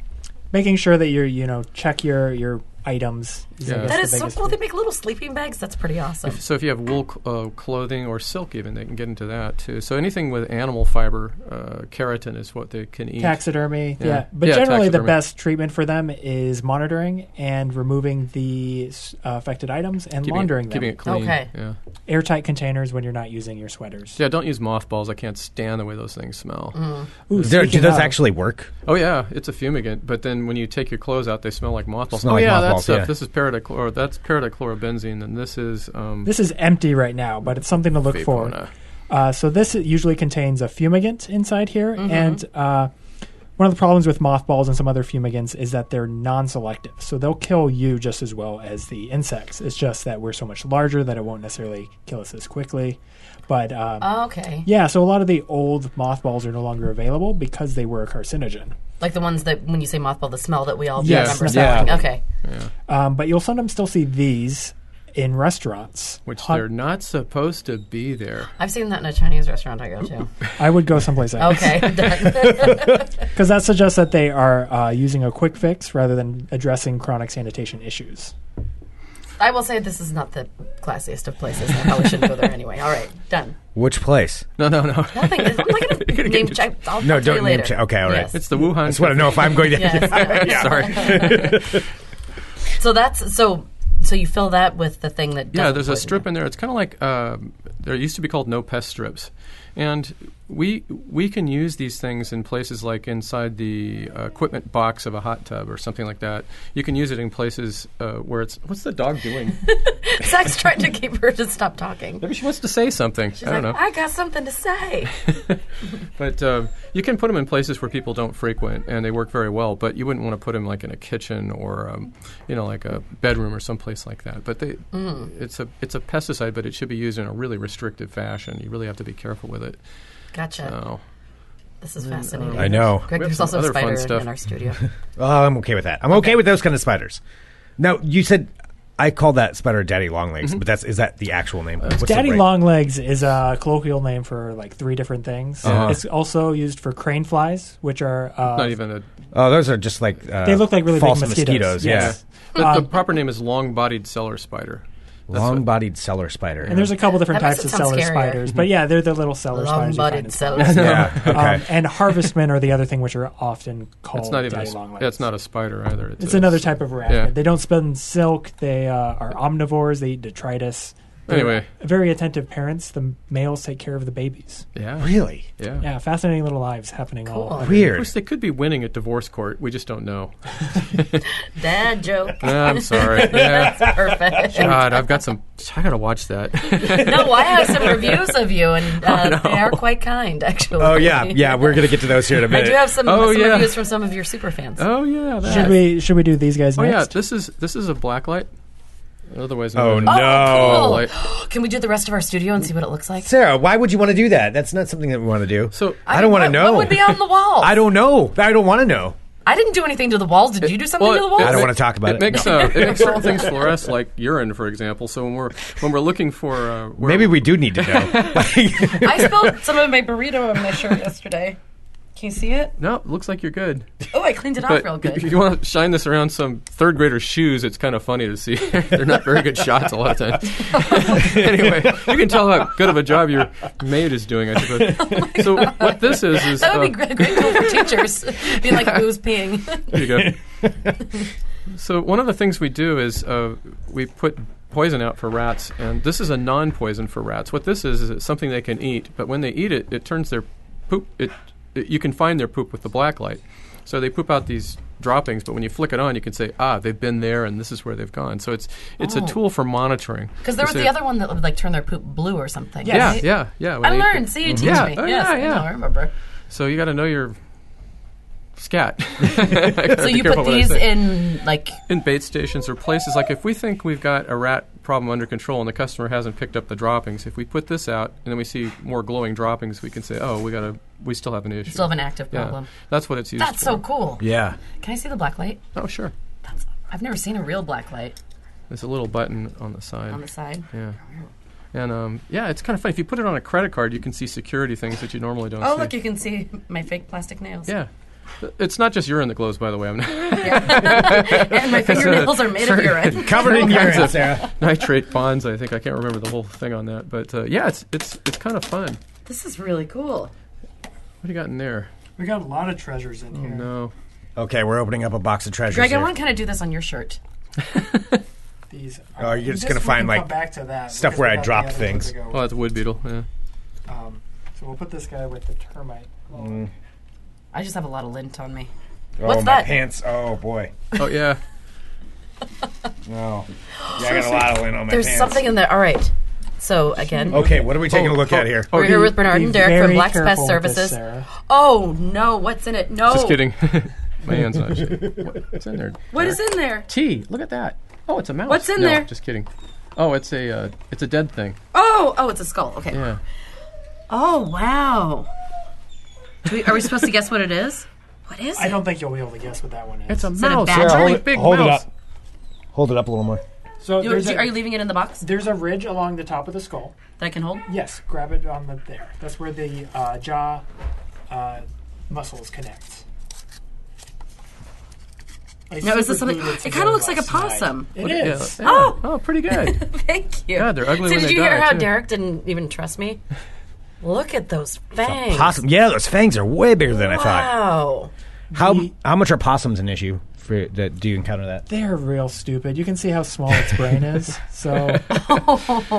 S3: making sure that you you know check your your items. is, I
S4: Yeah.
S3: guess,
S2: That
S3: the
S2: is so
S3: biggest
S2: cool. They
S3: thing.
S2: make little sleeping bags. That's pretty awesome.
S4: So if you have wool c- uh, clothing or silk, even they can get into that too. So anything with animal fiber, uh, keratin is what they can eat.
S3: Taxidermy, yeah.
S4: Yeah.
S3: But
S4: Yeah,
S3: generally, the
S4: taxidermy.
S3: best treatment for them is monitoring and removing the s- uh, affected items and
S4: keeping
S3: laundering
S4: it,
S3: them.
S4: keeping it clean.
S2: Okay.
S4: Yeah.
S3: Airtight containers when you're not using your sweaters.
S4: Yeah. Don't use mothballs. I can't stand the way those things smell.
S3: Ooh,
S1: There- do
S3: speaking
S1: those
S3: of-
S1: actually work?
S4: Oh yeah, it's a fumigant. But then when you take your clothes out, they smell like mothballs.
S1: Smell
S4: oh
S1: like
S4: yeah,
S1: mothballs,
S4: that stuff.
S1: yeah.
S4: This is paradichlor. Or that's paradichlorobenzene, and this is um,
S3: This is empty right now, but it's something to look for.
S4: Vaporna.
S3: Uh, so this usually contains a fumigant inside here, and uh, one of the problems with mothballs and some other fumigants is that they're non-selective, so they'll kill you just as well as the insects. It's just that we're so much larger that it won't necessarily kill us as quickly. But um,
S2: Uh. Oh, Okay.
S3: yeah, so a lot of the old mothballs are no longer available because they were a carcinogen.
S2: Like the ones that when you say mothball, the smell that we all
S3: Yes,
S2: remember
S3: yeah.
S2: smelling. Okay.
S3: Um, but you'll sometimes still see these in restaurants.
S4: Which
S3: Hun-
S4: they're not supposed to be there.
S2: I've seen that in a Chinese restaurant I go
S4: <laughs>
S2: to.
S3: I would go someplace else.
S2: Okay.
S3: Because that suggests that they are uh, using a quick fix rather than addressing chronic sanitation issues.
S2: I will say this is not the classiest of places. I probably shouldn't go there anyway. All right, done.
S1: Which place?
S4: No, no, no.
S2: Nothing. I'm not gonna
S4: <laughs> You're gonna
S2: name
S4: get-
S2: check. I'll
S1: No,
S2: I'll tell
S1: don't
S2: you
S1: name
S2: later.
S1: check. Okay, all right.
S2: Yes.
S4: <laughs> It's the Wuhan.
S1: That's what I know if I'm going to.
S4: <laughs>
S2: Yes.
S1: Yeah.
S4: Sorry.
S2: so that's so. So you fill that with the thing that
S4: yeah,
S2: doesn't
S4: there's a
S2: poison
S4: strip
S2: you.
S4: in there. It's kind of like um, there used to be called no pest strips, and we we can use these things in places like inside the uh, equipment box of a hot tub or something like that. You can use it in places uh, where it's what's the dog doing?
S2: Zach's trying to keep her to stop talking.
S4: Maybe she wants to say something.
S2: She's
S4: I don't
S2: like,
S4: know.
S2: I got something to say.
S4: But uh, you can put them in places where people don't frequent, and they work very well. But you wouldn't want to put them like in a kitchen or, um, you know, like a bedroom or someplace like that. But they, it's a it's a pesticide, but it should be used in a really restrictive fashion. You really have to be careful with it.
S2: Gotcha.
S4: So,
S2: This is fascinating.
S1: Oh. I know.
S2: Greg,
S4: We have
S2: there's also
S4: some
S2: a
S4: other
S2: spider
S4: fun stuff.
S2: in
S1: <laughs>
S2: our studio.
S1: <laughs> Oh, I'm okay with that. I'm okay, with those kind of spiders. Now, you said I call that spider daddy long legs, but that's is that the actual name? What's the
S3: Mm-hmm. Uh, Daddy
S1: right-
S3: longlegs is a colloquial name for like three different things. It's also used for crane flies, which are uh,
S4: Uh-huh. not even a.
S1: Oh, those are just like uh,
S3: they look like really
S1: false
S3: big mosquitoes.
S2: <laughs>
S3: Yes.
S4: But the
S3: Um,
S4: proper name is long-bodied cellar spider.
S1: Yeah, long-bodied cellar spider.
S3: And there's a couple different
S2: That makes
S3: types
S2: it
S3: of
S2: sound
S3: cellar
S2: scarier.
S3: spiders, but yeah, they're the little cellar spiders. you find in
S2: Long-bodied
S1: <laughs>
S3: spiders.
S4: <laughs>
S2: cells.
S1: <laughs> yeah. Okay.
S3: Um, and harvestmen are the other thing, which are often called
S4: It's not even. A,
S3: daddy
S4: s-
S3: longlegs.
S4: that's not a spider either. It's,
S3: It's
S4: a-
S3: another type of rat.
S4: Yeah.
S3: They don't spend silk. They uh, are omnivores. They eat detritus. They're
S4: Anyway.
S3: very attentive parents. The males take care of the babies.
S4: Yeah.
S1: Really
S4: Yeah.
S3: Yeah, fascinating little lives happening all.
S2: Cool.
S3: over.
S4: Of
S1: weird.
S4: course, they could be winning at divorce court. We just don't know.
S2: Dad joke.
S4: I'm sorry. Yeah.
S2: That's perfect. <laughs>
S4: God, I've got some. I gotta watch that. <laughs>
S2: no, I have some reviews of
S1: <laughs>
S2: you, and uh, they are quite kind, actually.
S1: Oh yeah, yeah. We're gonna get to those here in a
S2: <laughs> I
S1: minute.
S2: do have some,
S4: Oh,
S2: some
S4: yeah.
S2: reviews from some of your super fans.
S4: oh yeah. That.
S3: Should we should we do these guys
S4: Oh yeah,
S3: next?
S4: this is this is a black light. Otherwise,
S1: Oh,
S4: known
S1: no.
S4: as
S2: Oh,
S4: black
S2: cool. <gasps>
S4: light.
S2: Can we do the rest of our studio and see what it looks like?
S1: Sarah, why would you want to do that? That's not something that we want to do.
S4: So
S1: I, don't want to
S2: What-
S1: know.
S2: What would be on the wall?
S1: <laughs> I don't know. I don't want to know.
S2: I didn't do anything to the walls. Did you do something
S4: well,
S2: to the walls?
S1: I don't
S4: it-
S1: want to talk about it.
S4: It makes, uh, it makes certain things for us, like urine, for example. So when we're when we're looking for uh, where
S1: Maybe we do need to know. Like-
S4: <laughs>
S2: I spilled some of my burrito on my shirt yesterday. Can you see it?
S4: no, looks like you're good.
S2: Oh, I cleaned it off
S4: But <laughs>
S2: real
S4: if
S2: good.
S4: you want to shine this around some third grader's shoes, it's kind of funny to see. <laughs> They're not very good shots a lot of times. <laughs> anyway, you can tell how good of a job your maid is doing,
S2: <laughs>
S4: I suppose. so what this is is
S2: Oh That would be
S4: uh,
S2: great, great tool for
S4: <laughs>
S2: teachers. Being like, who's peeing?
S4: There you go. so one of the things we do is uh, we put poison out for rats, and this is a non-poison for rats. What this is is it's something they can eat, but when they eat it, it turns their poop. It, it you can find their poop with the black light. So they poop out these droppings, but when you flick it on, you can say, ah, they've been there, and this is where they've gone. So it's it's a tool for monitoring.
S2: Because Oh. there was the other one that would like turn their poop blue or something.
S4: Yeah,
S2: right?
S4: Mm-hmm. yeah, yeah. when
S2: I
S4: they eat
S2: learned.
S4: it.
S2: See, you teach
S4: Yeah.
S2: me.
S4: Oh,
S2: yes,
S4: yeah,
S2: I know,
S4: yeah.
S2: I remember.
S4: So you got to know your scat. <laughs> so
S2: <laughs> So you put these in like
S4: in bait stations or places like if we think we've got a rat problem under control and the customer hasn't picked up the droppings, if we put this out and then we see more glowing droppings, we can say, oh, we got to we still have an issue.
S2: still have an active
S4: yeah.
S2: problem.
S4: That's what it's used
S2: That's
S4: for.
S2: so cool.
S1: <laughs> Yeah.
S2: Can I see the black light?
S4: Oh, sure.
S2: That's I've never seen a real black light
S4: There's a little button on the side.
S2: on the side.
S4: yeah. And um, yeah, it's kind of funny. If you put it on a credit card, you can see security things that you normally don't
S2: Oh
S4: see.
S2: look, you can see my fake plastic nails.
S4: yeah. It's not just urine that glows, by the way. I'm
S2: <laughs>
S4: <laughs>
S2: and my fingernails are made of urine.
S1: Covered in urine,
S4: kinds
S1: Sarah.
S4: <laughs> nitrate bonds. I think I can't remember the whole thing on that, but uh, yeah, it's it's it's kind of fun. What
S2: This is really cool.
S4: do you got in there?
S3: We got a lot of treasures in here.
S4: No.
S1: Okay, we're opening up a box of treasures.
S2: Greg, I
S1: here.
S2: want to kind of do this on your shirt.
S3: These. uh,
S1: Oh, you're just gonna
S3: we
S1: find,
S3: can
S1: like,
S3: come back to that
S1: stuff
S3: because
S1: where
S3: we
S1: I
S3: got the
S1: dropped
S3: other
S1: things.
S3: to go
S4: Oh, that's a wood beetle. Yeah.
S3: with. Um, so we'll put this guy with the termite. log.
S2: I just have a lot of lint on me.
S1: Oh,
S2: What's
S1: my
S2: that?
S1: pants. Oh boy.
S4: Oh yeah.
S1: No. Yeah, I got a lot of lint on my
S2: There's
S1: pants.
S2: something in there. All right. So again,
S1: Okay, what are we taking
S4: Oh,
S1: a look
S4: oh,
S1: at here?
S4: oh,
S2: we're here
S4: be-
S2: with Bernard
S3: Be
S2: and Derek
S3: very
S2: from Black's
S3: careful
S2: Best
S3: with
S2: Services.
S3: this, Sarah.
S2: Oh no, what's in it? No.
S4: Just kidding. <laughs> My hand's not shaking. What's in there?
S2: Oh. What is in there?
S4: Tea. Look at that. Oh, it's a mouse.
S2: What's in
S4: No,
S2: there?
S4: Just kidding. Oh, it's a uh, it's a dead thing.
S2: Oh, oh, it's a skull. Okay.
S4: Yeah.
S2: Oh wow. Do we, are we supposed to guess what it is? What is
S3: I
S2: it?
S3: don't think you'll be able to guess what that one is.
S4: It's a
S2: it a
S4: mouse.
S2: badger?
S4: It's a
S2: Sarah,
S4: really
S1: hold it-
S4: big
S1: hold it
S4: mouse.
S1: up. Hold it up a little more.
S3: so
S2: You-
S3: there's
S2: do-
S3: a,
S2: are you leaving it in the box that
S3: there's a ridge along the top of the skull.
S2: I can hold?
S3: Yes, grab it on the there. That's where the uh, jaw uh, muscles connect. Like
S2: Now, is this
S3: super
S2: something-
S3: glued
S2: it kinda looks like a
S3: together last night.
S2: possum. <laughs>
S3: It
S4: Yeah,
S3: is.
S4: yeah.
S2: Oh!
S4: Oh, pretty good.
S2: Thank you.
S4: God, they're ugly
S2: So
S4: when
S2: did
S4: they
S2: you hear
S4: die,
S2: how
S4: too.
S2: Derek didn't even trust me? Look at those fangs.
S1: Possum. Yeah, those fangs are way bigger than I thought.
S2: Wow.
S1: How how much are possums an issue for that? Do you encounter that?
S3: They're real stupid. You can see how small its
S1: <laughs>
S3: brain is. So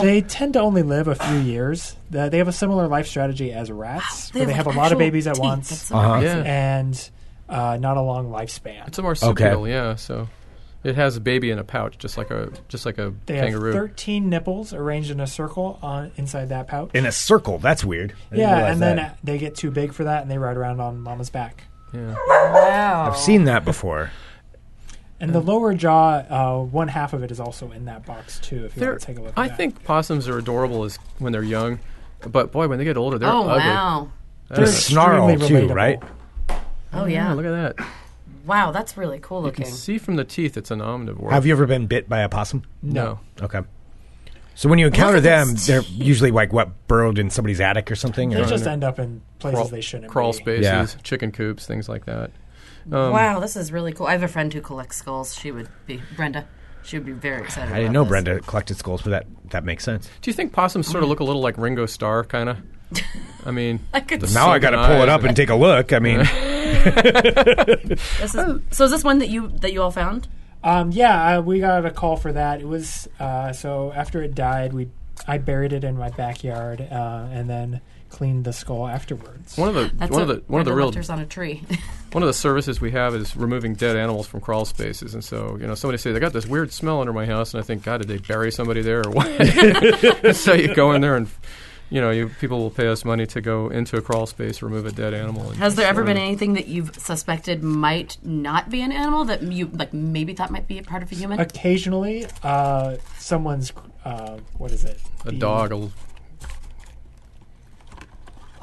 S3: they tend to only live a few years. Th- They have a similar life strategy as rats, where they have a
S2: like
S3: lot of
S2: actual
S3: babies at
S2: teeth. That's
S3: once
S2: so
S1: Uh-huh.
S2: crazy.
S4: Yeah.
S3: and uh, not a long lifespan.
S4: It's a marsupial. Yeah. So it has a baby in a pouch, just like a just like a
S3: they
S4: kangaroo.
S3: have 13 nipples arranged in a circle on inside that pouch.
S1: In a circle. That's weird. I didn't
S3: yeah,
S1: realize
S3: and then
S1: that.
S3: uh, they get too big for that, and they ride around on mama's back.
S4: yeah.
S2: Wow.
S1: I've seen that before.
S3: And the lower jaw, uh, one half of it is also in that box too. If you
S4: They're-
S3: want to take a look, at
S4: I
S3: that.
S4: think possums are adorable as when they're young, but boy, when they get older, they're
S2: Oh,
S4: ugly.
S2: wow.
S4: That
S1: The
S4: is-
S1: snarl too,
S3: extremely relatable.
S1: right?
S2: Oh,
S4: yeah,
S2: yeah.
S4: look at that.
S2: Wow, that's really cool
S4: You can
S2: looking.
S4: see from the teeth it's an omnivore.
S1: Have you ever been bit by a possum?
S4: No.
S1: Okay. So when you encounter
S2: at
S1: them,
S2: those
S1: they're usually like what burrowed in somebody's attic or something.
S3: they
S1: Or,
S3: just end up in places
S4: Crawl,
S3: they shouldn't.
S4: crawl
S3: be.
S4: spaces,
S1: Yeah.
S4: chicken coops, things like that. Um,
S2: wow, this is really cool. I have a friend who collects skulls. She would be, Brenda, she would be very excited.
S1: I didn't
S2: about
S1: know
S2: this.
S1: Brenda collected skulls, but that that makes sense.
S4: Do you think possums sort of look a little like Ringo Starr, kind of?
S2: <laughs>
S4: I mean,
S2: <laughs> I could
S4: the
S2: see
S1: Now I got
S4: sunken
S1: to pull
S4: eyes
S1: it up and take a look. I <laughs> mean,
S2: This is, so is this one that you that you all found?
S3: Um, yeah, uh, we got a call for that. It was uh, so after it died, we I buried it in my backyard uh, and then cleaned the skull afterwards.
S4: one of the
S2: That's
S4: one of
S2: what
S4: the one of the
S2: Brenda
S4: real
S2: left hers on a tree. <laughs>
S4: one of the services we have is removing dead animals from crawl spaces, and so you know somebody says I got this weird smell under my house, and I think God did they bury somebody there or what?
S2: <laughs>
S4: <laughs> so you go in there and you know you people will pay us money to go into a crawl space, remove a dead animal. and
S2: Has there ever
S4: sort
S2: been
S4: of-
S2: anything that you've suspected might not be an animal that you like maybe thought might be a part of a human?
S3: Occasionally, uh, someone's uh, what is it?
S4: a
S3: The-
S4: dog? A,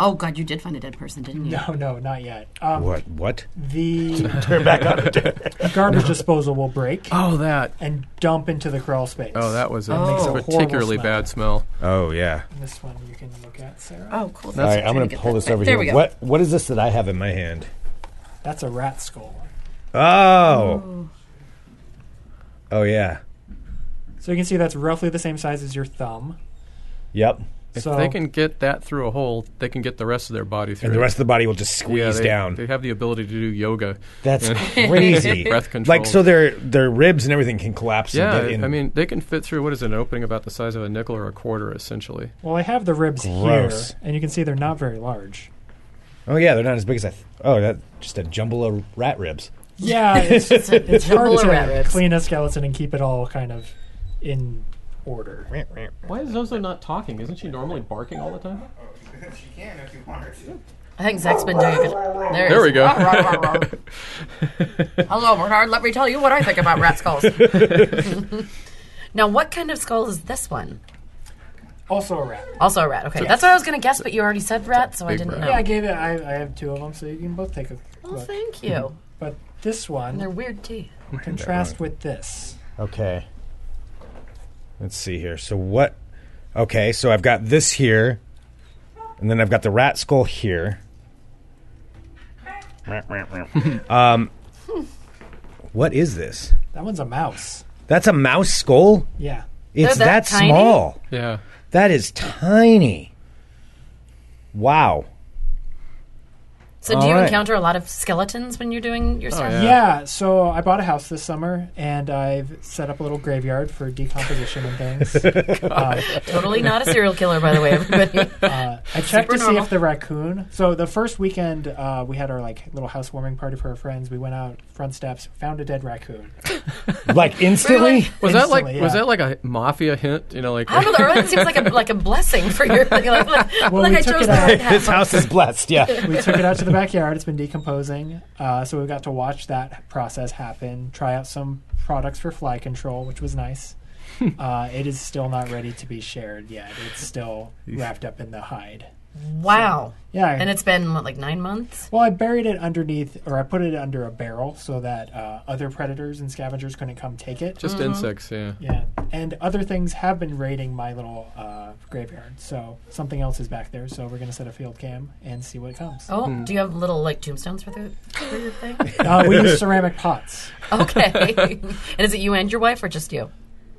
S2: Oh God, you did find a dead person, didn't you?
S3: No, no, not yet. Um,
S1: what? What?
S3: The
S4: <laughs>
S3: turn back on garbage disposal will break
S4: oh that
S3: and dump into the crawl space.
S4: oh that was a
S2: Oh. Makes a
S3: horrible
S4: particularly
S3: smell.
S4: bad smell.
S1: Oh yeah.
S3: This one you can look at, Sarah.
S2: Oh, cool.
S1: All
S2: That's
S1: right, I'm
S2: trying
S1: gonna
S2: to get
S1: pull
S2: that
S1: this
S2: back.
S1: over
S2: there
S1: here.
S2: we go.
S1: What what is this that I have in my hand?
S3: That's a rat skull.
S1: Oh. Oh yeah.
S3: So you can see that's roughly the same size as your thumb.
S1: Yep.
S4: If
S3: so
S4: they can get that through a hole, they can get the rest of their body through.
S1: And the
S4: it.
S1: rest of the body will just squeeze
S4: yeah, they,
S1: down.
S4: They have the ability to do yoga, <laughs>
S1: That's <laughs> crazy.
S4: breath control.
S1: like so their their ribs and everything can collapse. and
S4: Yeah,
S1: get in-
S4: I mean, they can fit through what is an opening about the size of a nickel or a quarter, essentially.
S3: well, I have the ribs
S1: Gross.
S3: here, and you can see they're not very large.
S1: oh yeah, they're not as big as I. Th- oh, that just a jumble of rat ribs.
S3: Yeah, it's, it's,
S2: jumble
S3: hard
S2: of
S3: to
S2: rat ribs.
S3: clean a skeleton and keep it all kind of in order.
S4: Why is Zozo not talking? Isn't she normally barking all the time?
S6: She can if you want her to.
S2: I think Zach's been doing a good. There, it
S4: There
S2: is.
S4: we go. <laughs>
S2: Hello, Bernard. Let me tell you what I think about rat skulls. now, what kind of skull is this one?
S3: Also a rat.
S2: Also a rat. Okay, that's what I was going to guess, but you already said rat, so I
S4: big
S2: didn't
S4: rat.
S2: know.
S3: Yeah, I gave it. I, I have two of them, so you can both take a
S2: well,
S3: look.
S2: thank you.
S4: Mm-hmm.
S3: But this
S2: And they're
S3: one
S2: weird teeth.
S3: contrast with this.
S1: Okay. Let's see here. So what? Okay, so I've got this here, and then I've got the rat skull here. um, what is this?
S3: That one's a mouse.
S1: That's a mouse skull.
S3: Yeah.
S1: It's
S2: They're that tiny?
S1: small.
S4: Yeah.
S1: That is tiny. Wow.
S2: So, do
S1: All
S2: you
S1: right.
S2: encounter a lot of skeletons when you're doing your stuff?
S4: Oh, yeah.
S3: Yeah, so I bought a house this summer and I've set up a little graveyard for decomposition and things. Uh,
S2: Totally not a serial killer, by the way,
S4: <laughs>
S2: everybody.
S3: uh, I checked
S2: Super
S3: to see
S2: normal.
S3: if the raccoon. So the first weekend uh, we had our like little housewarming party for our friends. We went out front steps, found a dead raccoon.
S1: Like
S2: <laughs>
S1: instantly?
S2: Really?
S4: Was that like
S3: Instantly,
S4: was
S3: yeah.
S4: that like a mafia hint? You know, like
S2: I don't know. The earth seems like a like a blessing for your like, like, like,
S3: Well,
S2: like
S3: we
S2: I
S3: took
S2: chose
S3: it
S2: the
S3: out.
S1: <laughs>
S2: right
S1: this
S2: half.
S1: house is blessed. Yeah.
S2: <laughs>
S3: We took it out to the backyard. It's been decomposing, uh, so we got to watch that process happen. Try out some products for fly control, which
S2: <laughs>
S3: was nice. uh, it is still not ready to be shared yet. It's still wrapped up in the hide.
S2: Wow.
S3: Yeah,
S2: And it's been what, like nine months.
S3: Well, I buried it underneath, or I put it under a barrel so that uh, other predators and scavengers couldn't come take it.
S2: Mm-hmm.
S4: just insects, yeah.
S3: yeah, and other things have been raiding my little uh, graveyard. So something else is back there. So we're gonna set a field cam and see what comes.
S2: Oh,
S4: Hmm.
S2: do you have little like tombstones for the for your thing? <laughs>
S3: Uh, we
S4: <laughs>
S3: use ceramic pots.
S2: Okay. and is it you and your wife, or just you?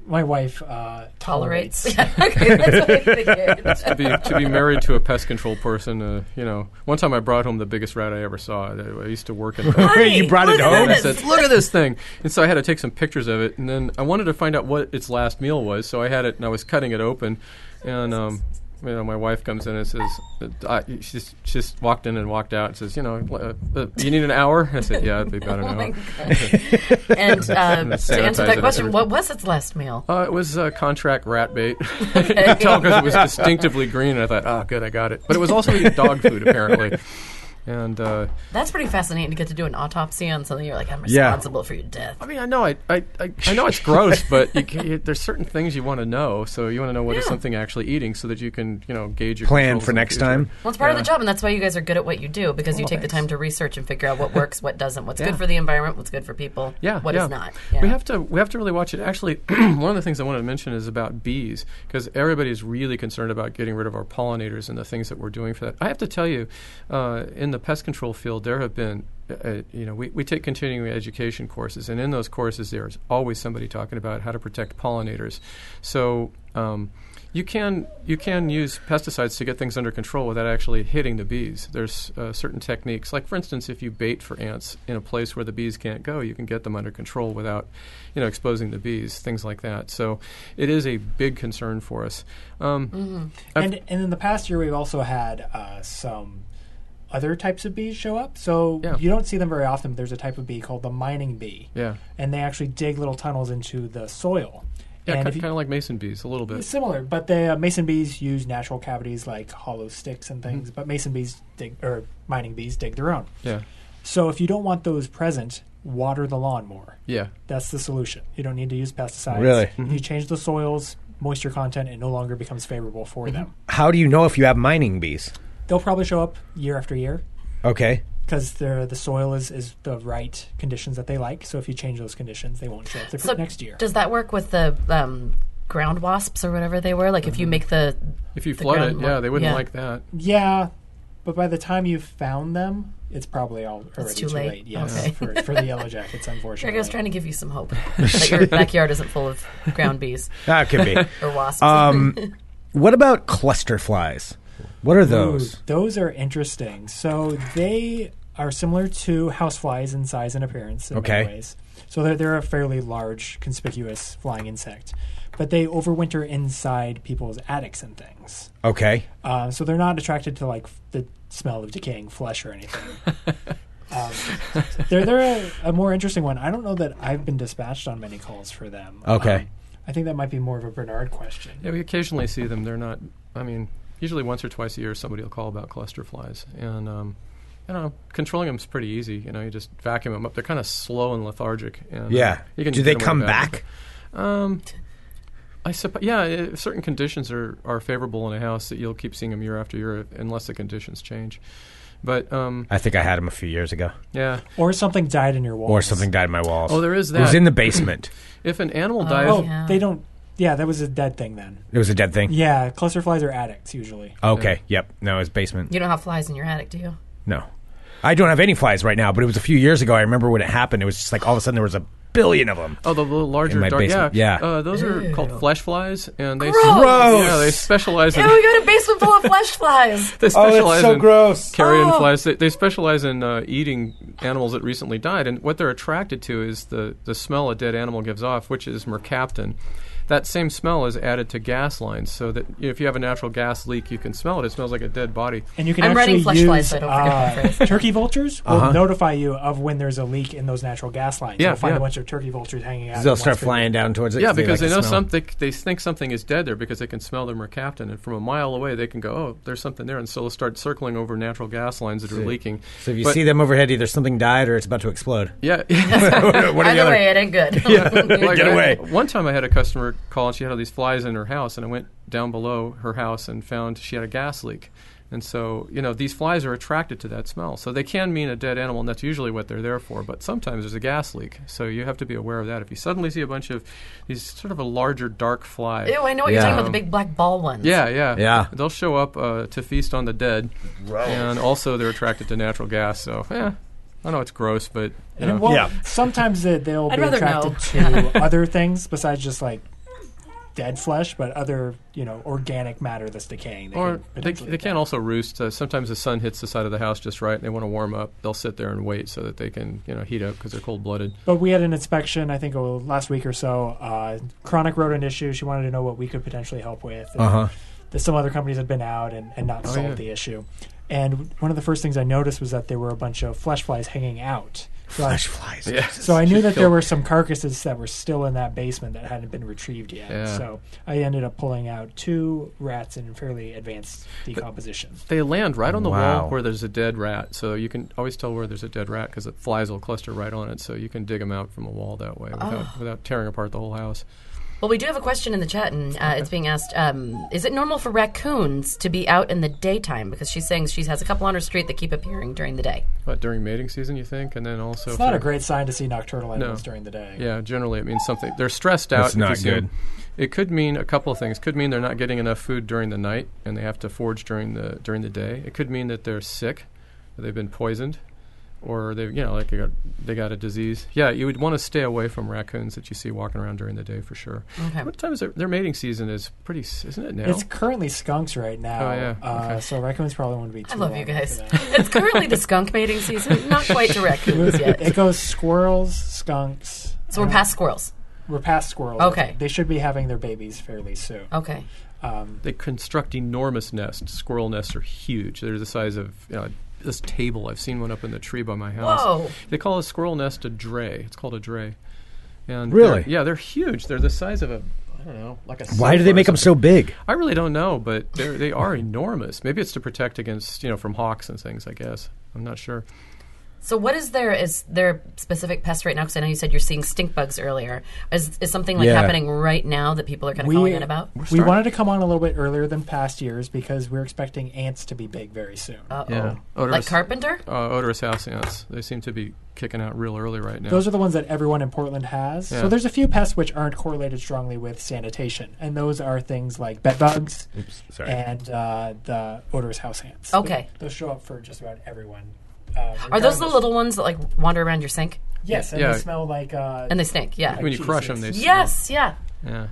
S3: My wife uh,
S2: Tolerates. <laughs>
S3: tolerates.
S2: okay, that's what I figured.
S1: <laughs>
S4: to be to be married to a pest control person, uh, you know. One time I brought home the biggest rat I ever saw. I I used to work
S2: <laughs>
S4: in
S1: you brought it
S2: Look at
S1: home?
S4: and I
S2: this.
S4: said, Oh, "Look at this thing!" And so I had to take some pictures of it, and then I wanted to find out what its last meal was. So I had it, and I was cutting it open, and um, you know, my wife comes in and says, uh, I, she, just, she just walked in and walked out and says, "You know, uh, uh, you need an hour." And I said, "Yeah, it'd be about an
S2: Oh my
S4: hour."
S2: God.
S1: <laughs>
S2: and uh, to answer
S4: sanitize
S2: that
S4: it
S2: question,
S4: afterwards.
S2: what was its last meal?
S4: Uh, it was uh, contract rat bait. <laughs> you could tell because it was distinctively green, and I thought, "Oh, good, I got it." But it was also eating dog food apparently, and. Uh,
S2: That's pretty fascinating to get to do an autopsy on something. You're like, I'm
S1: Yeah.
S2: responsible for your death.
S4: I mean, I know I, I, I, I know it's <laughs> gross, but you, ca- you, there's certain things you want to know. So you want to know what is
S2: Yeah.
S4: something actually eating, so that you can you know gauge your
S1: Plan
S4: controls
S1: for
S4: in the
S1: next
S4: future.
S1: time.
S2: Well, it's part of the job, and that's why you guys are good at what you do because you
S4: Well,
S2: take the
S4: thanks.
S2: time to research and figure out what works, what doesn't, what's good
S4: Yeah.
S2: for the environment, what's good for people,
S4: Yeah,
S2: what is
S4: yeah.
S2: not.
S4: We
S2: Yeah.
S4: have to we have to really watch it. Actually, <clears throat> one of the things I wanted to mention is about bees because everybody is really concerned about getting rid of our pollinators and the things that we're doing for that. I have to tell you, uh, in the pest control field, there have been. Uh, you know, we, we take continuing education courses, and in those courses, there's always somebody talking about how to protect pollinators. So um, you can you can use pesticides to get things under control without actually hitting the bees. There's uh, certain techniques, like for instance, if you bait for ants in a place where the bees can't go, you can get them under control without, you know, exposing the bees. Things like that. So it is a big concern for us. Um, I've-
S3: and and in the past year, we've also had uh, some other types of bees show up. So
S4: Yeah.
S3: you don't see them very often. But there's a type of bee called the mining bee,
S4: Yeah,
S3: and they actually dig little tunnels into the soil.
S4: yeah,
S3: and
S4: kind
S3: if you-
S4: of like mason bees a little bit.
S3: It's similar, but the uh, mason bees use natural cavities like hollow sticks and things. But mason bees dig, or mining bees dig their own.
S4: Yeah,
S3: So if you don't want those present, water the lawn more.
S4: yeah.
S3: That's the solution. You don't need to use pesticides.
S1: Really?
S3: If you change the soils, moisture content, it no longer becomes favorable for them.
S1: How do you know if you have mining bees?
S3: They'll probably show up year after year
S1: Okay.
S3: because the the soil is, is the right conditions that they like. So if you change those conditions, they won't show up the
S2: So
S3: next year.
S2: Does that work with the um, ground wasps or whatever they were? Like, if you
S4: Mm-hmm.
S2: make the
S4: If you
S2: The
S4: flood it,
S2: ground
S4: yeah,
S2: lo-
S4: they wouldn't
S2: yeah.
S4: like that.
S3: yeah, but by the time you found them, it's probably all already
S2: too late.
S3: Yes,
S2: Okay.
S3: for, for the yellow jackets,
S2: Greg,
S3: unfortunately.
S2: I was trying to give you
S1: <laughs>
S2: some hope that your backyard isn't full of ground bees
S1: That could be.
S2: <laughs> or wasps.
S1: Um, what about cluster flies? What are those?
S3: Ooh, those are interesting. So they are similar to houseflies in size and appearance in
S1: Okay.
S3: many ways. So they're, they're a fairly large, conspicuous flying insect. But they overwinter inside people's attics and things.
S1: Okay.
S3: Uh, so they're not attracted to like f- the smell of decaying flesh or anything. um, they're they're a, a more interesting one. I don't know that I've been dispatched on many calls for them.
S4: Uh,
S1: Okay.
S3: Um, I think that might be more of a Bernard question.
S4: Yeah, we occasionally see them. They're not. I mean, usually once or twice a year somebody will call about cluster flies, and um, you know controlling them is pretty easy. You know, you just vacuum them up. They're kind of slow and lethargic. And, uh,
S1: Yeah.
S4: you can
S1: Do
S4: get
S1: they
S4: 'em with a
S1: come
S4: vacuum.
S1: back?
S4: Um, I suppose, yeah, if certain conditions are, are favorable in a house, that you'll keep seeing them year after year unless the conditions change. But um,
S1: I think I had them a few years ago,
S4: yeah,
S3: Or something died in your wall.
S1: or something died in my walls.
S4: Oh, there is
S1: It was
S4: that.
S1: in the basement.
S4: if an animal
S2: Oh.
S4: dies,
S3: Oh,
S2: Yeah.
S3: they don't. Yeah, that was a dead thing then.
S1: it was a dead thing.
S3: Yeah, cluster flies are addicts usually.
S1: Okay. Yep. No, it was basement.
S2: You don't have flies in your attic, do you?
S1: No, I don't have any flies right now. But it was a few years ago. I remember when it happened. It was just like all of a sudden there was a billion of them.
S4: oh, the little larger
S1: my
S4: dark,
S1: basement,
S4: yeah,
S1: yeah.
S4: Uh, those are
S2: Ew.
S4: called flesh flies, and they
S2: Gross.
S4: yeah, they
S1: Gross.
S4: specialize in
S2: Yeah, we got a basement full of flesh flies.
S4: <laughs> they specialize in
S1: Oh, gross.
S4: carrion
S2: Oh.
S4: flies. They, they specialize in uh, eating animals that recently died, and what they're attracted to is the the smell a dead animal gives off, which is mercaptan. That same smell is added to gas lines, so that if you have a natural gas leak, you can smell it. It smells like a dead body.
S3: And you can
S2: I'm writing
S3: actually
S2: flesh
S3: use
S2: flies, so I don't forget my
S3: uh, turkey vultures will
S1: Uh-huh.
S3: notify you of when there's a leak in those natural gas lines.
S4: Yeah,
S3: You'll find
S4: yeah.
S3: a bunch of turkey vultures hanging out.
S1: They'll
S3: in
S1: start
S3: Western-
S1: flying down towards it.
S4: Yeah,
S1: like
S4: because they
S1: the
S4: know
S1: smell.
S4: something. They think something is dead there because they can smell the mercaptan, and from a mile away they can go, "Oh, there's something there," and so they'll start circling over natural gas lines that are leaking.
S1: So if you
S4: But-
S1: see them overhead, either something died or it's about to explode. <laughs>
S4: yeah, <laughs>
S1: what are the
S2: Either
S1: other?
S2: way, it ain't good. <laughs>
S4: Like,
S1: Get
S4: I-
S1: away.
S4: One time I had a customer call and she had all these flies in her house, and I went down below her house and found she had a gas leak. And so, you know, these flies are attracted to that smell. So they can mean a dead animal, and that's usually what they're there for. But sometimes there's a gas leak. So you have to be aware of that. If you suddenly see a bunch of these sort of a larger dark fly.
S2: Ew, I know what you're
S1: Yeah.
S2: talking about, the big black ball ones.
S4: Yeah, yeah.
S1: Yeah.
S4: They'll show up uh, to feast on the dead. And also they're attracted to natural gas. So, yeah. I know it's gross, but. You
S3: And
S4: know.
S3: it won't-
S1: Yeah.
S3: Sometimes they, they'll
S2: I'd
S3: be
S2: rather
S3: attracted
S2: know. <laughs>
S3: to other things besides just like dead flesh, but other you know organic matter that's decaying. They
S4: Or
S3: can
S4: they,
S3: potentially
S4: they
S3: attack.
S4: can also roost. Uh, sometimes the sun hits the side of the house just right, and they want to warm up. They'll sit there and wait so that they can, you know, heat up because they're cold-blooded.
S3: But we had an inspection, I think, oh, last week or so. Uh, chronic rodent issue. She wanted to know what we could potentially help with. and
S1: Uh-huh.
S3: That some other companies had been out and, and not solved
S4: Oh, yeah.
S3: the issue. And one of the first things I noticed was that there were a bunch of flesh flies hanging out. So I-
S1: Flesh flies.
S4: Yeah.
S3: so I knew that there
S4: Kill.
S3: were some carcasses that were still in that basement that hadn't been retrieved yet.
S4: Yeah.
S3: So I ended up pulling out two rats in fairly advanced decomposition.
S4: They land right on the
S1: Wow.
S4: wall where there's a dead rat, so you can always tell where there's a dead rat because the flies will cluster right on it. So you can dig them out from the wall that way without,
S3: Oh.
S4: without tearing apart the whole house.
S2: Well, we do have a question in the chat, and uh, it's being asked: um, Is it normal for raccoons to be out in the daytime? Because she's saying she has a couple on her street that keep appearing during the day.
S4: But during mating season, you think, and then also
S3: It's
S4: if
S3: not a
S4: they're-
S3: great sign to see nocturnal animals during the day.
S4: Yeah, generally it means something. They're stressed out.
S1: That's
S4: if you
S1: not
S4: see 'em.
S1: good.
S4: It could mean a couple of things. Could mean they're not getting enough food during the night and they have to forage during the during the day. It could mean that they're sick, that they've been poisoned, or they you know like they got, they got a disease. Yeah, you would want to stay away from raccoons that you see walking around during the day for sure.
S2: Okay.
S4: What time is their, their mating season? Is pretty s- isn't it now?
S3: It's currently skunks right now.
S4: Oh, yeah.
S3: Uh,
S4: Okay.
S3: So raccoons probably wouldn't be
S2: I
S3: too
S2: love you
S3: long
S2: guys.
S3: for
S2: <laughs>
S3: that.
S2: it's currently the skunk mating season, not quite to raccoons
S3: it
S2: yet.
S3: goes squirrels, skunks.
S2: So we're
S3: uh,
S2: past squirrels.
S3: We're past squirrels.
S2: Okay.
S3: They should be having their babies fairly soon.
S2: Okay.
S3: Um,
S4: they construct enormous nests. Squirrel nests are huge. They're the size of you know, this table. I've seen one up in the tree by my house.
S2: Whoa.
S4: They call a squirrel nest a dray. It's called a dray. And
S1: Really?
S4: they're- yeah, they're huge. They're the size of a I don't know, like a.
S1: Why do they
S4: sunflower
S1: make
S4: or
S1: them so big?
S4: something. I really don't know, but they're, they are enormous. Maybe it's to protect against you know from hawks and things. I guess I'm not sure.
S2: So what is their is their specific pest right now? Because I know you said you're seeing stink bugs earlier. Is is something like
S1: Yeah.
S2: happening right now that people are kind of calling in about?
S3: we wanted to come on a little bit earlier than past years because we're expecting ants to be big very soon.
S2: Uh
S4: Yeah.
S2: oh. Like
S4: Odorous-
S2: carpenter?
S4: Uh, odorous house ants. They seem to be kicking out real early right now.
S3: Those are the ones that everyone in Portland has.
S4: Yeah.
S3: So there's a few pests which aren't correlated strongly with sanitation, and those are things like bed bugs
S1: Sorry.
S3: and uh, the odorous house ants.
S2: Okay.
S3: Th- those show up for just about everyone. Uh,
S2: Are those the
S3: regardless-
S2: little ones that like wander around your sink
S3: Yes, and
S4: Yeah.
S3: they smell like. Uh,
S2: and they stink? Yeah.
S4: when you crush them,
S3: Jesus.
S4: they smell.
S2: Yes. Yeah.
S4: Yeah,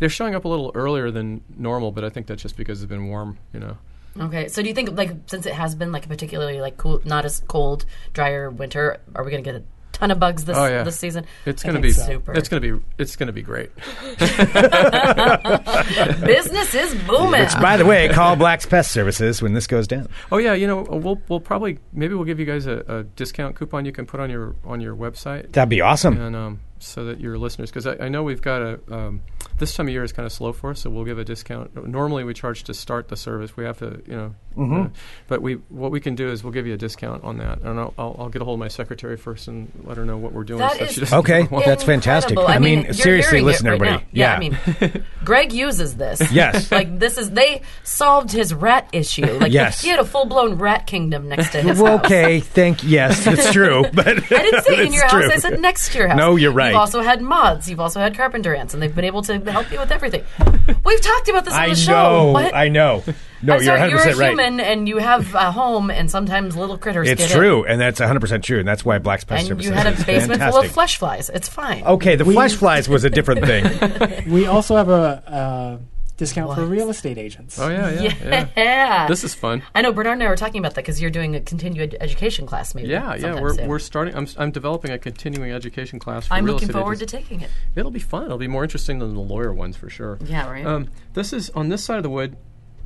S4: they're showing up a little earlier than normal, but I think that's just because it's been warm. You know.
S2: Okay, so do you think like since it has been like a particularly like cool, not as cold, drier winter, are we gonna get a ton of bugs this
S4: Oh, yeah.
S2: this season?
S4: It's
S2: I
S4: gonna
S2: think
S4: be
S2: super.
S4: It's gonna be it's gonna be great.
S2: Business is booming.
S1: Which, by the way, call Black's Pest Services when this goes down.
S4: Oh yeah, you know uh, we'll we'll probably maybe we'll give you guys a, a discount coupon you can put on your on your website.
S1: That'd be awesome.
S4: And um, so that your listeners, because I, I know we've got a um, this time of year is kind of slow for us, so we'll give a discount. Normally we charge to start the service. We have to, you know, uh, but we what we can do is we'll give you a discount on that, and I'll, I'll, I'll get a hold of my secretary first and let her know what we're doing.
S2: That
S4: so
S2: is
S4: she doesn't
S1: Okay,
S4: Well,
S2: <laughs>
S1: that's fantastic.
S2: Incredible.
S1: I mean,
S2: you're
S1: seriously,
S2: hearing
S1: listen,
S2: it right
S1: everybody.
S2: now. Yeah, I mean, Greg
S1: <laughs>
S2: uses this.
S1: Yes.
S2: <laughs> like this is they solved his rat issue. Like
S1: Yes.
S2: he had a full blown rat kingdom next to his
S1: Well,
S2: house.
S1: okay, thank
S2: <laughs>
S1: yes, it's true. But
S2: I
S1: <laughs>
S2: didn't say in
S1: it's
S2: your house.
S1: true.
S2: I said next to your house.
S1: No, you're right.
S2: You've also had mods. You've also had carpenter ants, and they've been able to help you with everything. We've talked about this on
S1: I
S2: the show.
S1: know,
S2: What?
S1: I know. No,
S2: I'm
S1: you're
S2: sorry,
S1: 100
S2: you're a
S1: percent right.
S2: human, and you have a home, and sometimes little critters.
S1: It's
S2: get
S1: true, and that's 100 percent true, and that's why Black's Pest
S2: In. And
S1: Services
S2: you had a
S1: is
S2: basement full
S1: fantastic.
S2: of flesh flies. It's fine.
S1: Okay, the flesh flies
S2: <laughs>
S1: was a different thing.
S3: We also have a, a discount for
S2: What?
S3: real estate agents.
S4: Oh yeah, yeah, yeah.
S2: <laughs> Yeah.
S4: This is fun.
S2: I know Bernard and I were talking about that because you're doing a continued education class, maybe.
S4: Yeah, yeah.
S2: sometime
S4: We're,
S2: soon.
S4: we're starting. I'm, s- I'm developing a continuing education class. For
S2: I'm
S4: real
S2: looking
S4: estate
S2: forward
S4: agents.
S2: to taking it.
S4: It'll be fun. It'll be more interesting than the lawyer ones for sure.
S2: Yeah, right.
S4: Um, this is on this side of the wood.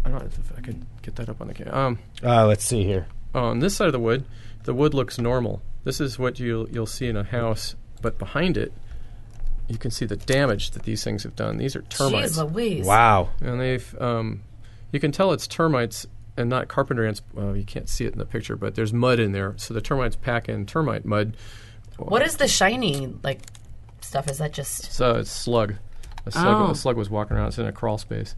S4: I don't know if I could get that up on the camera. Um,
S1: Uh, let's see here.
S4: on this side of the wood, the wood looks normal. This is what you'll you'll see in a house, but behind it, you can see the damage that these things have done. These are termites,
S2: Jeez Louise.
S1: Wow.
S4: and they've. Um, you can tell it's termites and not carpenter ants. Well, you can't see it in the picture, but there's mud in there, so the termites pack in termite mud.
S2: What is the shiny like stuff? Is that
S4: <laughs>
S2: just
S4: So it's slug. A slug,
S2: Oh.
S4: a slug was walking around. It's in a crawl space.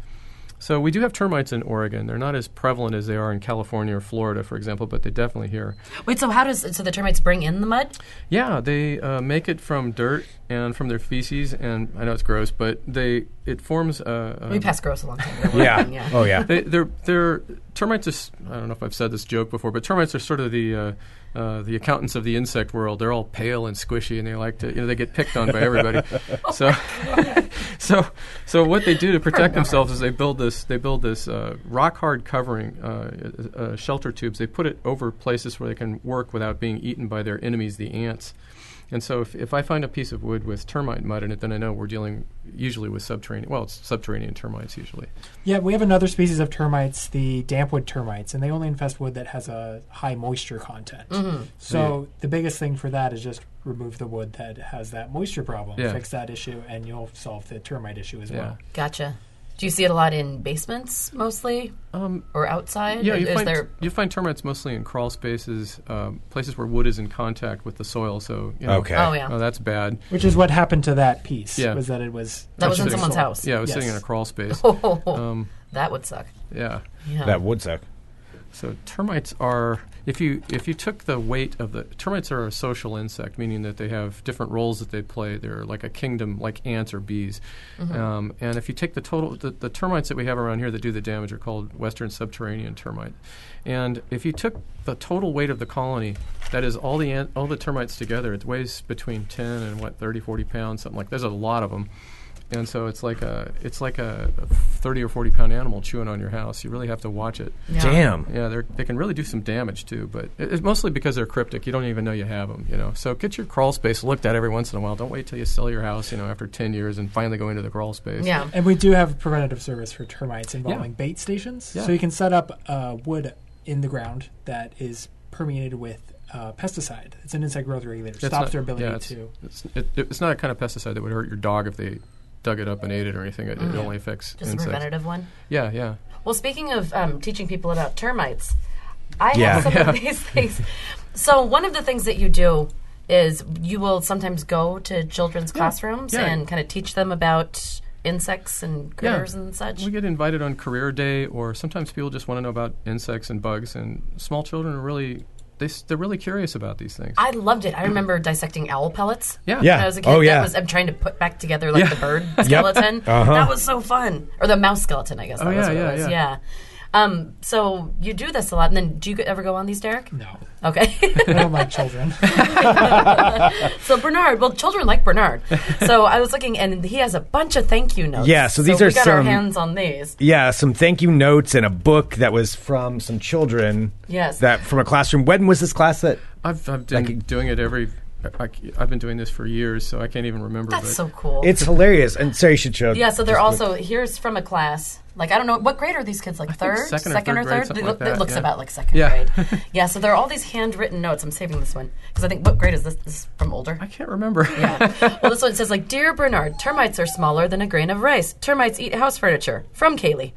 S4: So we do have termites in Oregon. They're not as prevalent as they are in California or Florida, for example, but they're definitely here.
S2: wait? So how does so the termites bring in the mud?
S4: Yeah, they uh, make it from dirt and from their feces, and I know it's gross, but they it forms a. a
S2: We passed gross a long time.
S4: <laughs>
S2: ago.
S1: Yeah.
S2: <laughs> Yeah.
S1: Oh yeah.
S4: they, they're they're termites. Are, s- I don't know if I've said this joke before, but termites are sort of the uh, uh, the accountants of the insect world. They're all pale and squishy, and they like to you know they get picked on by everybody. so, <laughs> so so what they do to protect themselves is they build this they build this uh, rock hard covering uh, uh, uh, shelter tubes. They put it over places where they can work without being eaten by their enemies, the ants. And so, if, if I find a piece of wood with termite mud in it, then I know we're dealing usually with subterranean. Well, it's subterranean termites usually.
S3: Yeah, we have another species of termites, the dampwood termites, and they only infest wood that has a high moisture content.
S4: Mm-hmm.
S3: So the biggest thing for that is just remove the wood that has that moisture problem,
S4: Yeah.
S3: fix that issue, and you'll solve the termite issue as
S4: Yeah.
S3: well.
S2: Gotcha. Do you see it a lot in basements mostly,
S4: Um,
S2: or outside?
S4: Yeah,
S2: Or
S4: you
S2: is
S4: find, <laughs>
S2: there? <laughs>
S4: you find termites mostly in crawl spaces, um, places where wood is in contact with the soil. So you know,
S1: Okay.
S2: Oh yeah.
S4: oh, that's bad.
S3: Which is what happened to that piece.
S4: Yeah.
S3: was that it was
S2: That was in
S4: Sitting-
S2: someone's house.
S4: Yeah, it was
S3: Yes.
S4: sitting in a crawl space.
S2: Oh,
S4: Um,
S2: that would suck.
S4: yeah.
S2: Yeah.
S1: That would suck.
S4: So termites are if you if you took the weight of the termites are a social insect, meaning that they have different roles that they play. They're like a kingdom, like ants or bees. Um, and if you take the total the, the termites that we have around here that do the damage are called western subterranean termite. And if you took the total weight of the colony, that is all the ant, all the termites together, it weighs between 10 and what 30, 40 pounds, something like. There's a lot of them. And so it's like a it's like a 30 or 40 pound animal chewing on your house. You really have to watch it.
S2: Yeah.
S1: Damn.
S4: Yeah, they they can really do some damage too, but it- it's mostly because they're cryptic. You don't even know you have them, you know. So get your crawl space looked at every once in a while. Don't wait till you sell your house, you know, after 10 years and finally go into the crawl space.
S2: Yeah.
S3: And we do have preventative service for termites involving bait stations.
S4: Yeah.
S3: So you can set up uh, wood in the ground that is permeated with uh, pesticide. It's an insect growth regulator.
S4: It's
S3: Stops
S4: not-
S3: their ability
S4: yeah, it's,
S3: to.
S4: It's, it, it's not a kind of pesticide that would hurt your dog if they dug it up and ate it or anything. It, it only affects
S2: Mm-hmm. Just a
S4: insects.
S2: preventative one.
S4: Yeah, yeah.
S2: Well, speaking of um, teaching people about termites, I
S1: Yeah.
S2: have some of these things. So one of the things that you do is you will sometimes go to children's classrooms
S4: Yeah.
S2: and kind of teach them about insects and critters and such.
S4: We get invited on career day, or sometimes people just want to know about insects and bugs. And small children are really they, s- they're really curious about these things.
S2: I loved it. I remember dissecting owl pellets.
S4: yeah,
S1: Yeah.
S2: When I was a kid,
S1: Oh, yeah.
S2: that was, I'm trying to put back together like
S4: Yeah.
S2: the
S4: <laughs>
S2: bird skeleton.
S1: Uh-huh.
S2: That was so fun, or the mouse skeleton, I guess. that
S4: Oh, yeah,
S2: was what
S4: yeah,
S2: it was.
S4: yeah.
S2: yeah. Um, so you do this a lot, and then do you ever go on these, Derek?
S3: No,
S2: Okay. <laughs>
S3: I don't like
S4: <laughs>
S3: children.
S2: So Bernard, well, children
S1: <laughs>
S2: like Bernard. So I was looking, and he has a bunch of thank you notes.
S1: Yeah, so these are
S2: we got our
S1: some-
S2: hands on these.
S1: Yeah, some thank you notes and a book that was from some children.
S2: Yes.
S1: That from a classroom. When was this class that?
S4: I've, I've been
S1: Like-
S4: doing it every. I, have been doing this for years, so I can't even remember.
S2: That's
S4: but
S2: so cool.
S1: It's hilarious, and Sarah you should show.
S2: yeah. So they're also here's from a class. Like I don't know what grade are these kids like
S4: think
S2: third,
S4: second or third grade,
S2: third.
S4: something
S2: They
S4: like
S2: look-
S4: that,
S2: It looks
S4: yeah.
S2: about like second
S4: Yeah. <laughs>
S2: grade. yeah. So there are all these handwritten notes. I'm saving this one because I think what grade is this? This is from older.
S4: I can't remember. <laughs> Oh,
S2: Yeah. well, this one says like, "Dear Bernard, termites are smaller than a grain of rice. Termites eat house furniture." From
S4: <laughs>
S2: Kaylee.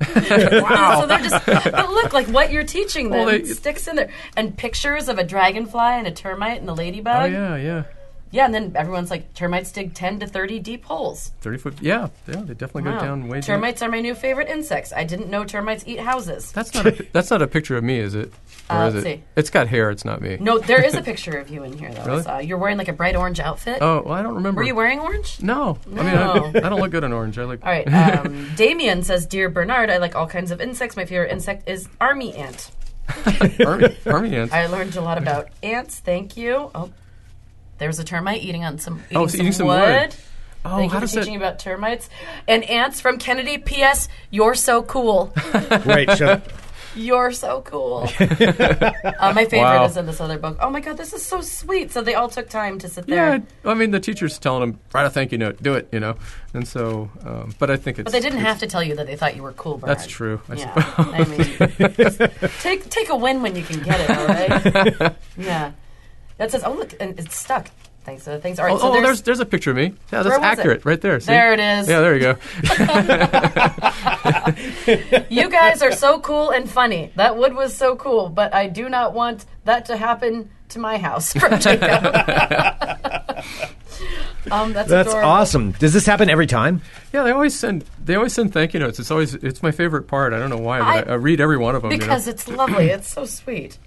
S2: wow. So they're just. But look, like what you're teaching them
S4: Well, they-
S2: sticks in there, and pictures of a dragonfly and a termite and a ladybug.
S4: Oh yeah, yeah.
S2: Yeah, and then everyone's like, "Termites dig 10 to 30 deep holes."
S4: Thirty foot. Yeah, yeah. They definitely go
S2: Wow.
S4: down way. deep.
S2: termites are my new favorite insects. I didn't know termites eat houses.
S4: That's
S2: <laughs>
S4: not. A, that's not a picture of me, is it? Or
S2: Uh,
S4: is it?
S2: let's see.
S4: It's got hair. It's not me.
S2: No, there is a picture of you in here though. I
S4: Really?
S2: saw. You're wearing like a bright orange outfit.
S4: Oh, Mm. well, I don't remember.
S2: Were you wearing orange?
S4: No. I mean, I,
S2: No.
S4: <laughs> I don't look good in orange. I look. <laughs>
S2: All right. Um, <laughs> Damien says, "Dear Bernard, I like all kinds of insects. My favorite insect is army ant.
S4: Army,
S2: <laughs>
S4: army ants.
S2: I learned a lot about ants. Thank you. Oh, there's a termite eating on some eating,
S4: Oh, it's
S2: some,
S4: eating some
S2: wood.
S4: wood. oh,
S2: Thank
S4: how
S2: you for
S4: does
S2: teaching
S4: that?
S2: about termites and ants from Kennedy. P.S. You're so
S4: <laughs>
S2: cool.
S1: Wait,
S2: <laughs>
S1: shut up.
S2: You're so cool. uh, my favorite
S4: Wow.
S2: is in this other book. Oh my god, this is so sweet. So they all took time to sit there,
S4: Yeah, I mean, the teacher's telling them, write a thank you note, do it, you know. And so, um, but I think it's.
S2: but they didn't have to tell you that they thought you were cool. Bernard.
S4: That's true. I
S2: Yeah,
S4: suppose.
S2: I mean, just take take a win when you can get it. All right.
S4: <laughs>
S2: yeah, that says. Oh look, and it's stuck. Thanks. Uh, thanks. All right.
S4: Oh,
S2: so
S4: oh,
S2: there's,
S4: there's there's a picture of me.
S2: Where
S4: Yeah, that's
S2: was it?
S4: accurate, right there. See?
S2: There it is.
S4: Yeah,
S2: <laughs>
S4: there you go.
S2: you guys are so cool and funny. That wood was so cool, but I do not want that to happen to my house. <laughs> From Jacob. um, that's
S1: That's
S2: adorable.
S1: awesome. Does this happen every time?
S4: yeah, they always send they always send thank you notes. It's always it's my favorite part. I don't know why, but
S2: I-
S4: I, I read every one of them.
S2: because it's lovely. It's so sweet.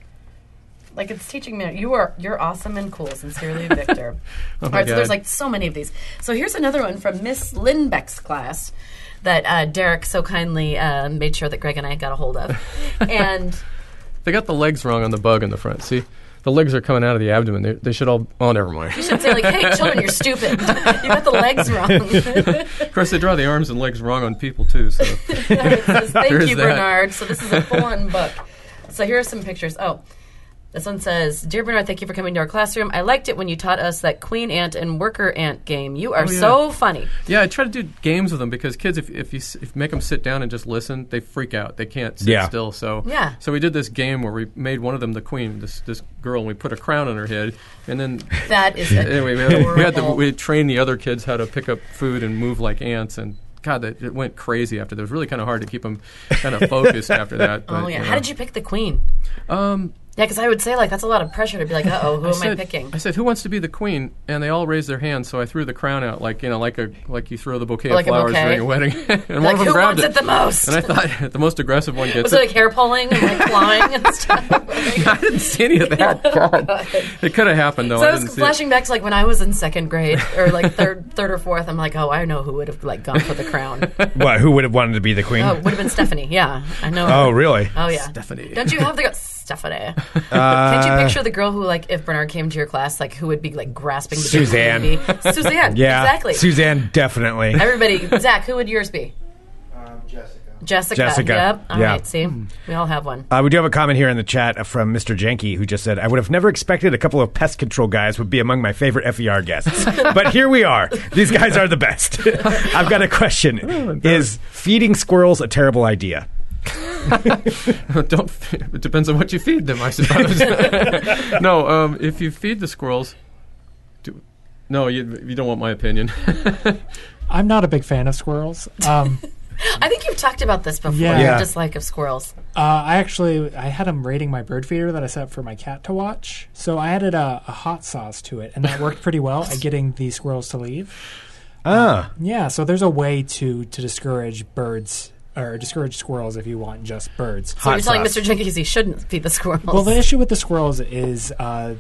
S2: Like it's teaching me you are you're awesome and cool. Sincerely, Victor. All right, so
S4: God.
S2: there's like so many of these. So here's another one from Miss Lindbeck's class that uh, Derek so kindly uh, made sure that Greg and I got a hold of, and
S4: you know? they got the legs wrong on the bug in the front. See, the legs are coming out of the abdomen. They, they should all. Oh, never mind.
S2: <laughs> you should say like, "Hey, children, you're stupid. <laughs> you got the legs wrong."
S4: of course, they draw the arms and legs wrong on people too. So
S2: It says,
S4: <laughs>
S2: Thank
S4: There's
S2: you,
S4: that.
S2: Bernard. So this is a
S4: <laughs>
S2: full-on book. So here are some pictures. Oh. This one says, "Dear Bernard, thank you for coming to our classroom. I liked it when you taught us that queen ant and worker ant game. You are
S4: Oh, yeah.
S2: so funny.
S4: yeah, I try to do games with them because kids, if if you s- if you make them sit down and just listen, they freak out. They can't sit
S1: Yeah.
S4: still. So
S2: Yeah.
S4: So we did this game where we made one of them the queen, this this girl, and we put a crown on her head, and then
S2: That is
S4: Anyway, we had, we had to
S2: adorable.
S4: we trained the other kids how to pick up food and move like ants, and God, that it went crazy after that. It was really kind of hard to keep them kind of focused after that.
S2: oh yeah. How did you pick the queen?
S4: Um,
S2: Yeah, because I would say like that's a lot of pressure to be like, uh oh, who am I
S4: said,
S2: picking?
S4: I said, "Who wants to be the queen?" And they all raised their hands. So I threw the crown out, like you know, like a like you throw the bouquet
S2: Like a
S4: of flowers
S2: bouquet.
S4: during a wedding, <laughs> and one
S2: Like
S4: of them
S2: who
S4: grabbed
S2: wants it the most?
S4: and I thought <laughs> the most aggressive one gets
S2: was it like hair pulling and like clawing and
S4: <laughs>
S2: stuff? Like-
S4: I didn't
S2: <laughs>
S4: see any of that. God. It could have happened though.
S2: So
S4: I
S2: I
S4: didn't
S2: was
S4: see it.
S2: flashing back to like when I was in second grade or like third, third or fourth. I'm like, oh, I know who would have like gone for the crown.
S4: <laughs>
S1: What? Who would have wanted to be the queen?
S2: Oh, it would have been Stephanie. Yeah, I know.
S1: Oh, really?
S2: Oh yeah,
S4: Stephanie.
S2: Don't you have the girl Stephanie? Can't
S1: Uh,
S2: you picture the girl who, like, if Bernard came to your class, like, who would be like grasping the big
S1: Suzanne.
S2: baby?
S1: <laughs>
S2: Suzanne.
S1: Yeah,
S2: Exactly.
S1: Suzanne definitely.
S2: Everybody. Zach, who would yours be?
S6: Um, Jessica.
S2: Jessica.
S1: Jessica.
S2: Yep. All right.
S1: Yeah.
S2: See, we all have one.
S1: Uh, we do have a comment here in the chat uh, from Mr. Janky who just said, I would have never expected a couple of pest control guys would be among my favorite FER
S2: <laughs>
S1: guests. but here we are. These guys are the best. <laughs> I've got a question Is feeding squirrels a terrible idea?
S4: <laughs> don't. f- It depends on what you feed them, I
S2: <laughs>
S4: suppose. <laughs> no, um, if you feed the squirrels, do, no, you, you don't want my opinion. <laughs>
S3: I'm not a big fan of squirrels. <laughs> Um,
S2: I think you've talked about this before.
S3: Yeah.
S1: Yeah.
S2: Your dislike of squirrels.
S3: uh, I actually I had them raiding my bird feeder that I set up for my cat to watch. So I added a, a hot sauce to it, and that worked pretty well at getting the squirrels to leave. Um,
S1: Ah,
S3: Yeah. So there's a way to to discourage birds or discourage squirrels if you want just birds.
S2: So
S1: Hot
S2: you're telling
S1: sauce.
S2: Mr. Jenkins he shouldn't feed the squirrels.
S3: Well, the issue with the squirrels is uh,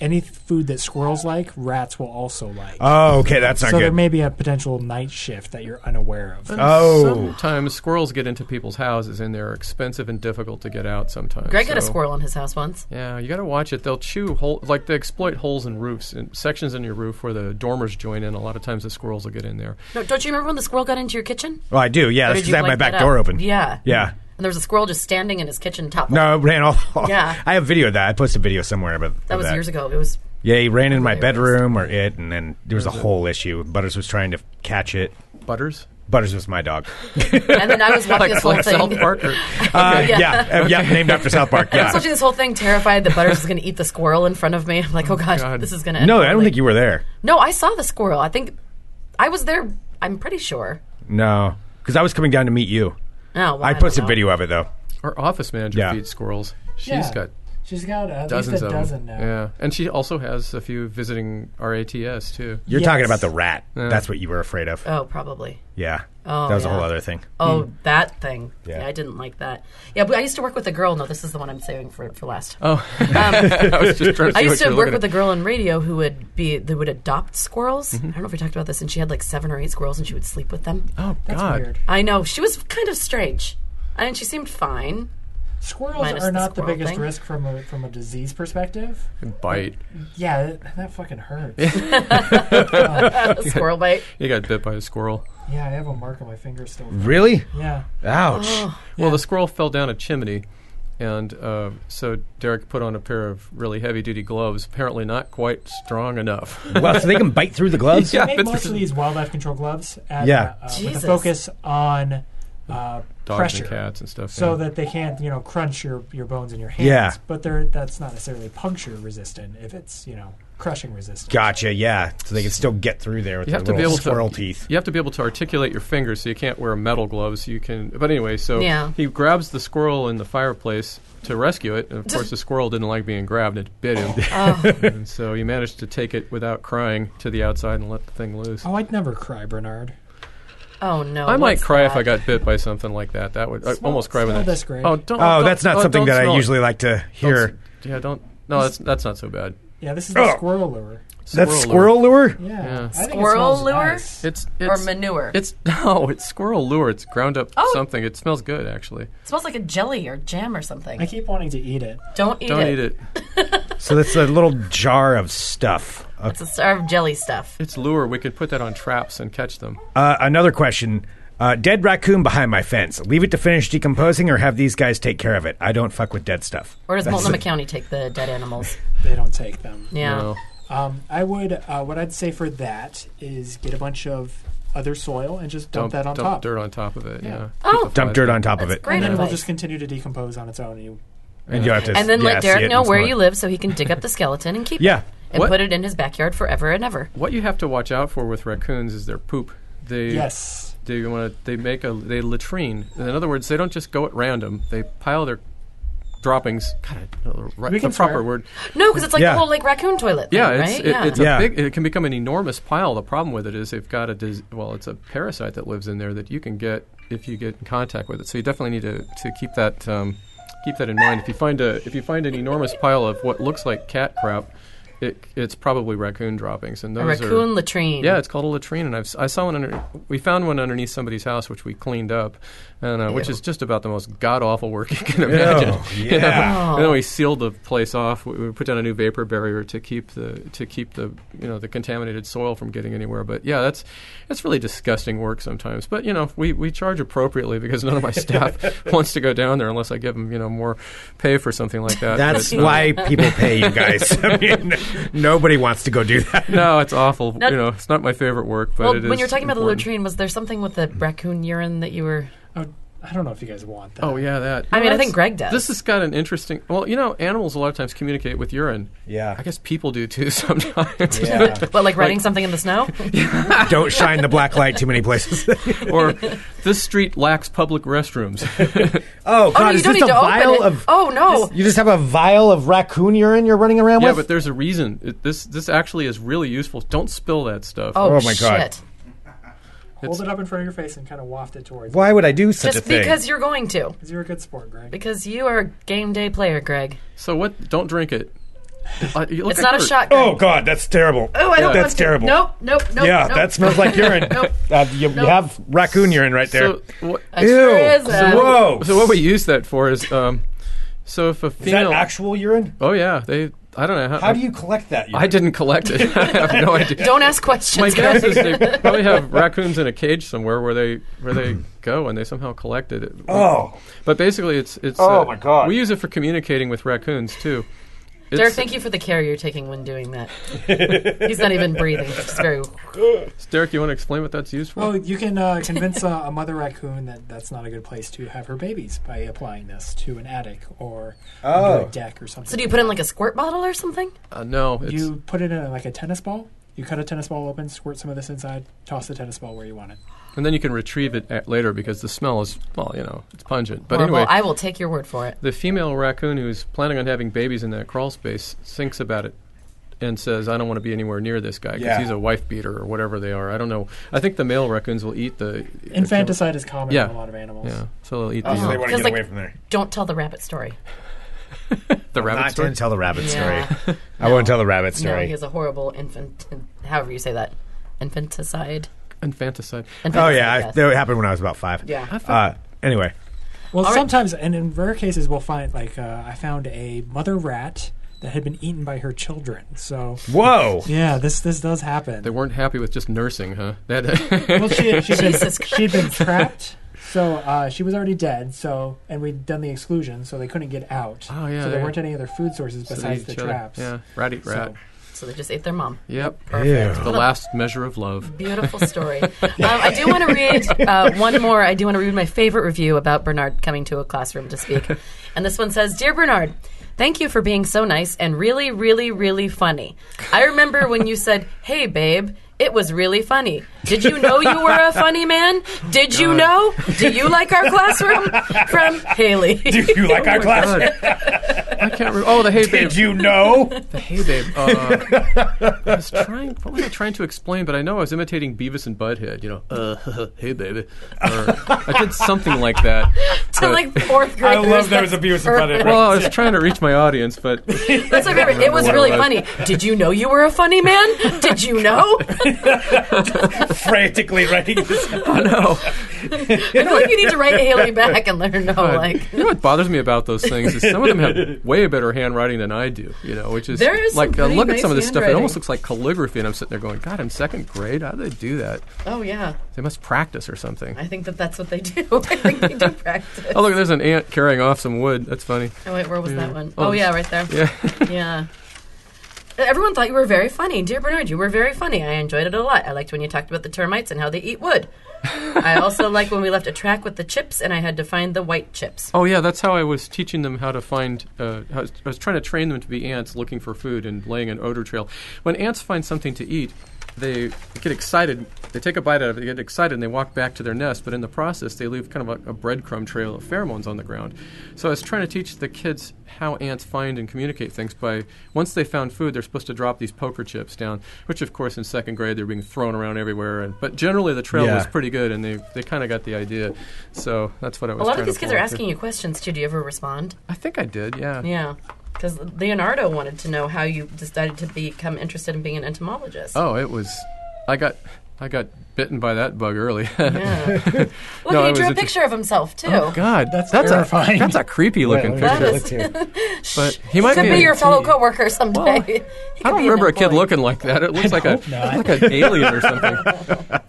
S3: any food that squirrels like, rats will also like.
S1: oh, okay. That's not
S3: so there
S1: good.
S3: may be a potential night shift that you're unaware of.
S1: oh,
S4: sometimes squirrels get into people's houses, and they're expensive and difficult to get out. Sometimes
S2: Greg had a
S4: so-
S2: squirrel in his house once.
S4: Yeah, you got to watch it. They'll chew hole, like they exploit holes in roofs and sections in your roof where the dormers join in. A lot of times the squirrels will get in there.
S2: No, don't you remember when the squirrel got into your kitchen?
S1: well, I do. Yeah,
S2: Or
S1: that's
S2: did
S1: because
S2: you
S1: I had my
S2: like that
S1: back
S2: up?
S1: door open.
S2: Yeah.
S1: Yeah.
S2: And there was a squirrel just standing in his kitchen top.
S1: No, it ran all. <laughs>
S2: Yeah.
S1: I have video of that. I posted a video somewhere about
S2: That
S1: of
S2: was years ago. It was
S1: Yeah, he ran in my
S2: There it is.
S1: bedroom or it, and then there was a whole issue. Butters was trying to catch it.
S4: Butters.
S1: Butters was my dog.
S2: And then I was watching this
S4: <laughs> Like,
S2: whole
S4: like
S2: thing.
S4: South Park. Or,
S1: <laughs> Uh, yeah,
S2: Yeah.
S1: yeah, uh, yeah, named after South
S2: <laughs>
S1: Park.
S2: I was
S1: Yeah.
S2: watching this whole thing, terrified that Butters was going to eat the squirrel in front of me. I'm like, oh gosh,
S4: God.
S2: this is going to.
S1: No, I don't think you were there.
S2: No, I saw the squirrel. I think I was there. I'm pretty sure.
S1: No, because I was coming down to meet you.
S2: No, well,
S1: I
S2: don't
S1: posted
S2: know.
S1: video of it though.
S4: our office manager
S1: Yeah.
S4: feeds squirrels. She's
S3: Yeah.
S4: got
S3: She's got at least
S4: dozens
S3: a
S4: of
S3: dozen
S4: them.
S3: now.
S4: Yeah, and she also has a few visiting RATS too.
S1: <laughs> You're
S3: Yes.
S1: talking about the rat. That's what you were afraid of.
S2: Oh, probably.
S1: yeah.
S2: Oh,
S1: that was a
S2: yeah.
S1: whole other thing.
S2: Oh, that thing.
S1: Hmm. Yeah.
S2: Yeah. I didn't like that. Yeah, but I used to work with a girl. No, this is the one I'm saving for for last.
S4: Oh, <laughs> I was just trying to see
S2: I used
S4: what
S2: to
S4: you were
S2: work
S4: looking
S2: with a
S4: at. Mm-hmm.
S2: girl on radio who would be that would adopt squirrels. I don't know if we talked about this, and she had like seven or eight squirrels, and she would sleep with them.
S4: Oh
S3: That's
S4: God!
S3: weird.
S2: I know she was kind of strange, I mean, she seemed
S4: <laughs>
S2: fine. <laughs>
S3: Squirrels
S2: Minus
S3: are
S2: the
S3: not the,
S2: squirrel
S3: biggest
S2: thing.
S3: risk from a from a disease perspective.
S4: Bite.
S3: Yeah, that, that fucking hurts.
S2: A squirrel bite.
S4: You got bit by a squirrel.
S3: yeah, I have a mark on my finger still.
S1: Really?
S3: Yeah.
S1: Ouch.
S2: Oh.
S4: Well, the squirrel fell down a chimney, and uh, so Derek put on a pair of really heavy-duty gloves. Apparently, not quite strong enough.
S1: Well, so they can bite
S2: <laughs>
S1: through the gloves.
S4: Yeah.
S3: They make
S4: that's
S3: most of
S4: the-
S3: these wildlife control gloves at,
S1: Yeah.
S3: uh, uh, with
S2: Jesus.
S3: a focus on uh,
S4: Dogs
S3: pressure.
S4: and cats and stuff.
S3: So
S4: yeah.
S3: that they can't, you know, crunch your, your bones in your hands.
S1: Yeah.
S3: But they're that's not necessarily puncture resistant if it's, you know, crushing resistant.
S1: Gotcha. Yeah. So they can still get through there with
S4: you
S1: their
S4: have to be
S1: little
S4: able
S1: squirrel
S4: to,
S1: teeth.
S4: You have to be able to articulate your fingers, so you can't wear metal gloves. You can, but anyway. So
S2: Yeah.
S4: he grabs the squirrel in the fireplace to rescue it, and of course the squirrel didn't like being grabbed. It bit him,
S2: Oh.
S4: <laughs> and so he managed to take it without crying to the outside and let the thing loose.
S3: Oh, I'd never cry, Bernard.
S2: Oh no!
S4: I might
S2: what's
S4: cry if
S2: that?
S4: I got bit by something like that. That would I
S3: Smell-
S4: almost cry when
S3: smell
S4: I-
S3: this, Greg.
S4: Oh, don't.
S1: Oh,
S4: don't-
S1: that's not
S4: oh,
S1: something
S4: don't
S1: that I
S4: smell it.
S1: usually like to
S4: Don't s-
S1: hear.
S4: Yeah, don't. No, that's that's not so bad.
S3: Yeah, this is the
S1: Oh.
S3: squirrel lure.
S1: That's squirrel lure?
S3: Yeah.
S4: Yeah.
S3: I think it
S2: Squirrel
S3: smells
S2: lure?
S3: nice.
S4: It's,
S2: or
S4: it's
S2: manure. It
S4: It's <laughs> no, it's squirrel lure. It's ground up
S2: Oh.
S4: something. It smells good actually.
S2: smells like a jelly or jam or something.
S3: I keep wanting to eat it.
S2: don't eat
S4: Don't
S2: it.
S4: eat it.
S1: So that's a little jar of stuff. A
S2: It's a star of jelly stuff.
S4: It's lure. We could put that on traps and catch them.
S1: Uh, another question. Uh, dead raccoon behind my fence. Leave it to finish decomposing or have these guys take care of it. I don't fuck with dead stuff.
S2: Or does
S1: That's
S2: Multnomah
S1: it.
S2: County take the dead animals?
S3: They don't take them.
S2: Yeah.
S4: <laughs> No.
S3: Um, I would. Uh, what I'd say for that is get a bunch of other soil and just dump,
S4: Dump
S3: that on
S4: dump
S3: top.
S4: dirt on top of it. Yeah.
S3: Yeah.
S2: Oh.
S4: Keep
S1: Dump
S4: the flies
S1: dirt
S4: down.
S1: on top of
S2: That's
S1: it.
S2: great
S3: And then we'll
S2: advice.
S3: just continue to decompose on its own. And you,
S1: And you have to
S2: And then
S1: yeah,
S2: let
S1: see it
S2: Derek
S1: and
S2: know where
S1: smell
S2: you
S1: it.
S2: live so he can
S1: <laughs>
S2: dig up the skeleton and keep
S1: Yeah.
S2: it. And
S4: What-
S2: put it in his backyard forever and ever.
S4: What you have to watch out for with raccoons is their poop. They
S3: yes,
S4: they want to they make a they latrine. In other words, they don't just go at random. They pile their droppings. God, I don't know the right-
S3: We
S4: the
S3: can swear.
S4: proper word.
S2: No, because it's like
S1: Yeah.
S2: the whole like raccoon toilet. Thing,
S4: Yeah,
S2: right?
S4: it's, it, it's
S1: Yeah.
S4: a big. It can become an enormous pile. The problem with it is they've got a dis- well, it's a parasite that lives in there that you can get if you get in contact with it. So you definitely need to, to keep that um, keep that in mind. If you find a if you find an enormous pile of what looks like cat crap, it, it's probably raccoon droppings, and
S2: a
S4: those
S2: raccoon
S4: are.
S2: latrine.
S4: Yeah, it's called a latrine, and I've, si saw one under. We found one underneath somebody's house, which we cleaned up, and uh, which
S2: Ew.
S4: is just about the most god awful work <laughs> you can
S1: Ew,
S4: imagine. You know?
S1: yeah.
S2: Oh.
S4: And then we sealed the place off. We, we put down a new vapor barrier to keep the to keep the you know the contaminated soil from getting anywhere. But yeah, that's that's really disgusting work sometimes. But you know we, we charge appropriately because none of
S1: <laughs>
S4: my staff wants to go down there unless I give them you know more pay for something like that.
S1: That's
S4: But,
S2: <laughs>
S4: uh,
S1: why people pay you guys. I mean, nobody wants to go do that.
S4: no, it's awful.
S2: Now-
S4: you know, it's not my favorite work, but
S2: Well,
S4: it is.
S2: when you're talking about the
S4: important.
S2: latrine, was there something with the raccoon urine that you were?
S3: oh, I don't know if you guys want that.
S4: Oh yeah, that.
S2: I mean, I think
S4: Well, that's-
S2: Greg does.
S4: This has got an interesting. Well, you know, animals a lot of times communicate with urine.
S1: Yeah.
S4: I guess people do too <laughs> sometimes.
S2: But like writing something in the
S4: <laughs>
S2: snow.
S1: <laughs>
S2: Oh,
S1: Don't shine the black light too many places.
S4: or this street lacks
S1: <laughs>
S4: public restrooms.
S1: oh, God.
S2: oh no, you
S1: is
S2: don't
S1: this
S2: need
S1: a
S2: to
S1: vial
S2: open it.
S1: of.
S2: oh no,
S1: You just have a vial of raccoon urine you're running around
S4: yeah,
S1: with?
S4: but there's a reason. It, this this actually is really useful. Don't spill that stuff.
S2: oh,
S1: Oh, my God.
S2: shit.
S3: Hold it up in front of your face and kind of waft it towards.
S1: why would I do such a
S2: Just
S1: thing?
S2: because you're going to,
S3: Because you're a good sport, Greg.
S2: because you are a game day player, Greg.
S4: So what? Don't drink it. Uh, you look
S2: It's
S4: at
S2: not a
S4: Kurt.
S2: shot. Greg.
S1: oh, God. That's terrible.
S2: Oh, I don't
S1: That's
S2: want to.
S1: terrible.
S2: Nope, nope, nope.
S1: yeah,
S2: nope.
S1: that smells like urine. uh, you, you have raccoon urine right there.
S4: So what?
S2: That sure
S1: Ew.
S2: is, uh,
S1: Whoa.
S4: So what we use that for is um, so if a
S1: Is that
S4: female.
S1: actual urine?
S4: oh yeah, they. I don't know how.
S1: How do you collect that? Urine?
S4: I didn't collect it. <laughs> I have
S1: <laughs>
S4: no
S2: <laughs>
S4: idea.
S2: Don't ask
S4: <laughs> My
S2: questions.
S4: guess
S2: Greg.
S4: is they probably have raccoons in a cage somewhere where they where they go and they somehow collected it.
S1: Oh,
S4: But basically, it's uh, it's.
S1: Oh, my God.
S4: We use it for communicating with raccoons too.
S2: Derek,
S4: It's-
S2: thank you for the care you're taking when doing that. <laughs> He's not even breathing. It's just very.
S4: Derek, you want to explain what that's used for?
S3: Well, you can
S4: <laughs>
S3: uh, convince uh, a mother raccoon that that's not a good place to have her babies by applying this to an attic or under
S1: Oh.
S3: a deck or something.
S2: So do you put in like a squirt bottle or something?
S4: uh, no, it's,
S3: You put it in like a tennis ball. You cut a tennis ball open, squirt some of this inside, toss the tennis ball where you want it.
S4: and then you can retrieve it at later because the smell is well, you know, it's pungent. But
S2: Horrible.
S4: anyway,
S2: I will take your word for it.
S4: the female raccoon who's planning on having babies in that crawl space thinks about it and says, "I don't want to be anywhere near this guy because
S1: Yeah.
S4: he's a wife beater or whatever they are." I don't know. I think the male raccoons will eat the
S3: Infanticide is common
S4: Yeah.
S3: in a lot of animals.
S4: Yeah, so they'll eat
S1: Oh,
S4: the,
S1: so
S4: uh,
S1: they want to
S2: Because,
S1: get
S2: like,
S1: away from there.
S2: Don't tell the rabbit story.
S4: the
S1: I'm
S4: rabbit
S1: not
S4: story.
S1: going to tell the rabbit
S2: Yeah.
S1: story.
S4: <laughs>
S1: I won't tell the rabbit
S2: No,
S1: story.
S2: he has a horrible infant. However you say that, infanticide.
S4: Infanticide.
S1: oh
S2: Infanticide,
S1: yeah, I,
S2: yes.
S1: that happened when I was about five.
S2: Yeah. I
S1: Uh, anyway,
S3: Well,
S2: All right.
S3: sometimes, and in rare cases, we'll find like uh, I found a mother rat that had been eaten by her children. So
S1: whoa.
S3: yeah, this this does happen.
S4: They weren't happy with just nursing, huh? <laughs> That
S3: well, she had, she'd, been,
S2: Jesus
S3: she'd been trapped, so uh, she was already dead. So, and we'd done the exclusion, so they couldn't get out.
S4: Oh, yeah,
S3: so there
S4: yeah.
S3: weren't any other food sources
S4: so they
S3: besides
S4: eat
S3: the
S4: each other.
S3: traps.
S4: Yeah, rat eat rat.
S3: So-
S2: So they just ate their mom.
S4: Yep.
S1: <laughs>
S2: Perfect.
S4: The last measure of love.
S2: Beautiful story. um, I do want to read uh, one more. I do want to read my favorite review about Bernard coming to a classroom to
S1: <laughs>
S2: speak. And this one says Dear Bernard, thank you for being so nice and really, really, really funny. I remember when you said, Hey, babe. It was really funny. Did you know you were a funny man? Did you know? Do you like our classroom? From
S1: <laughs>
S2: Haley. <laughs>
S1: you
S2: Oh
S1: like our class?
S4: Oh I
S1: <laughs>
S4: can't remember. Oh, the hey babe.
S1: Did you
S2: <laughs>
S1: know?
S4: The hey babe. Uh,
S1: <laughs>
S4: I was trying. What was I trying to explain? But I know I was imitating Beavis and Butthead. You know, uh, <laughs> hey baby. Or, I did something like
S1: <laughs>
S4: that.
S2: to
S4: but-
S2: like fourth grade.
S1: I love there was a Beavis
S2: <laughs>
S1: and Butthead.
S4: well, I was trying to reach my audience, but <laughs>
S2: That's my
S1: <laughs>
S2: favorite. It was really funny. Did you know you were a funny man? Did you
S1: <laughs>
S2: know?
S1: Frantically writing this.
S4: no.
S2: I feel <laughs> like you need to write
S4: <laughs>
S2: Haley back and let her know. Like
S4: you know what bothers me about those things is some of
S2: <laughs>
S4: them have way better handwriting than I do. You know, which is,
S2: There is some
S4: like I
S2: pretty
S4: look at
S2: nice
S4: some of this stuff. It
S2: handwriting.
S4: almost looks like calligraphy, and I'm sitting there going, "God, I'm second grade. How do they do that?
S2: Oh yeah,
S4: They must practice or something."
S2: I think that that's what they do. <laughs> I think they
S4: <laughs>
S2: do practice.
S4: Oh, look, there's an ant carrying off some wood. That's funny.
S2: Oh wait, where was that one?
S4: Oh,
S2: Oh yeah, right there.
S4: Yeah. <laughs>
S2: Yeah. Everyone thought you were very funny. Dear Bernard, you were very funny. I enjoyed it a lot. I liked when you talked about the termites and how they eat wood. I
S4: <laughs>
S2: also liked when we left a track with the chips and I had to find the white chips.
S4: Oh yeah, that's how I was teaching them how to find. Uh, how, I was trying to train them to be ants looking for food and laying an odor trail. When ants find something to eat, they get excited. They take a bite out of it, they get excited, and they walk back to their nest. But in the process, they leave kind of a, a breadcrumb trail of pheromones on the ground. So I was trying to teach the kids how ants find and communicate things by once they found food, they're supposed to drop these poker chips down, which of course in second grade they're being thrown around everywhere. And but generally the trail
S1: Yeah.
S4: was pretty good, and they they kind of got the idea. So that's what I was.
S2: A lot of
S4: trying to
S2: these kids
S4: pull
S2: are
S4: off there.
S2: asking you questions too. Do you ever respond?
S4: I think I did, yeah.
S2: Yeah. Because Leonardo wanted to know how you decided to become interested in being an entomologist.
S4: Oh, it was. I got I got bitten by that bug early. <laughs>
S2: Yeah. Look,
S4: No, I
S2: he
S4: was
S2: drew a
S4: inter-
S2: picture of himself too.
S4: God,
S3: That's
S4: A,
S3: terrifying.
S4: that's a creepy looking
S5: Wait,
S4: picture.
S5: let me
S2: That <laughs>
S5: take a look here.
S4: But he might
S2: could
S4: be.
S2: be, your fellow coworker someday.
S4: Well,
S2: <laughs> He
S4: I
S2: could
S4: don't
S2: be an
S4: remember a kid
S2: employee.
S4: looking like that. It looks like a
S3: hope not.
S4: like an alien or something.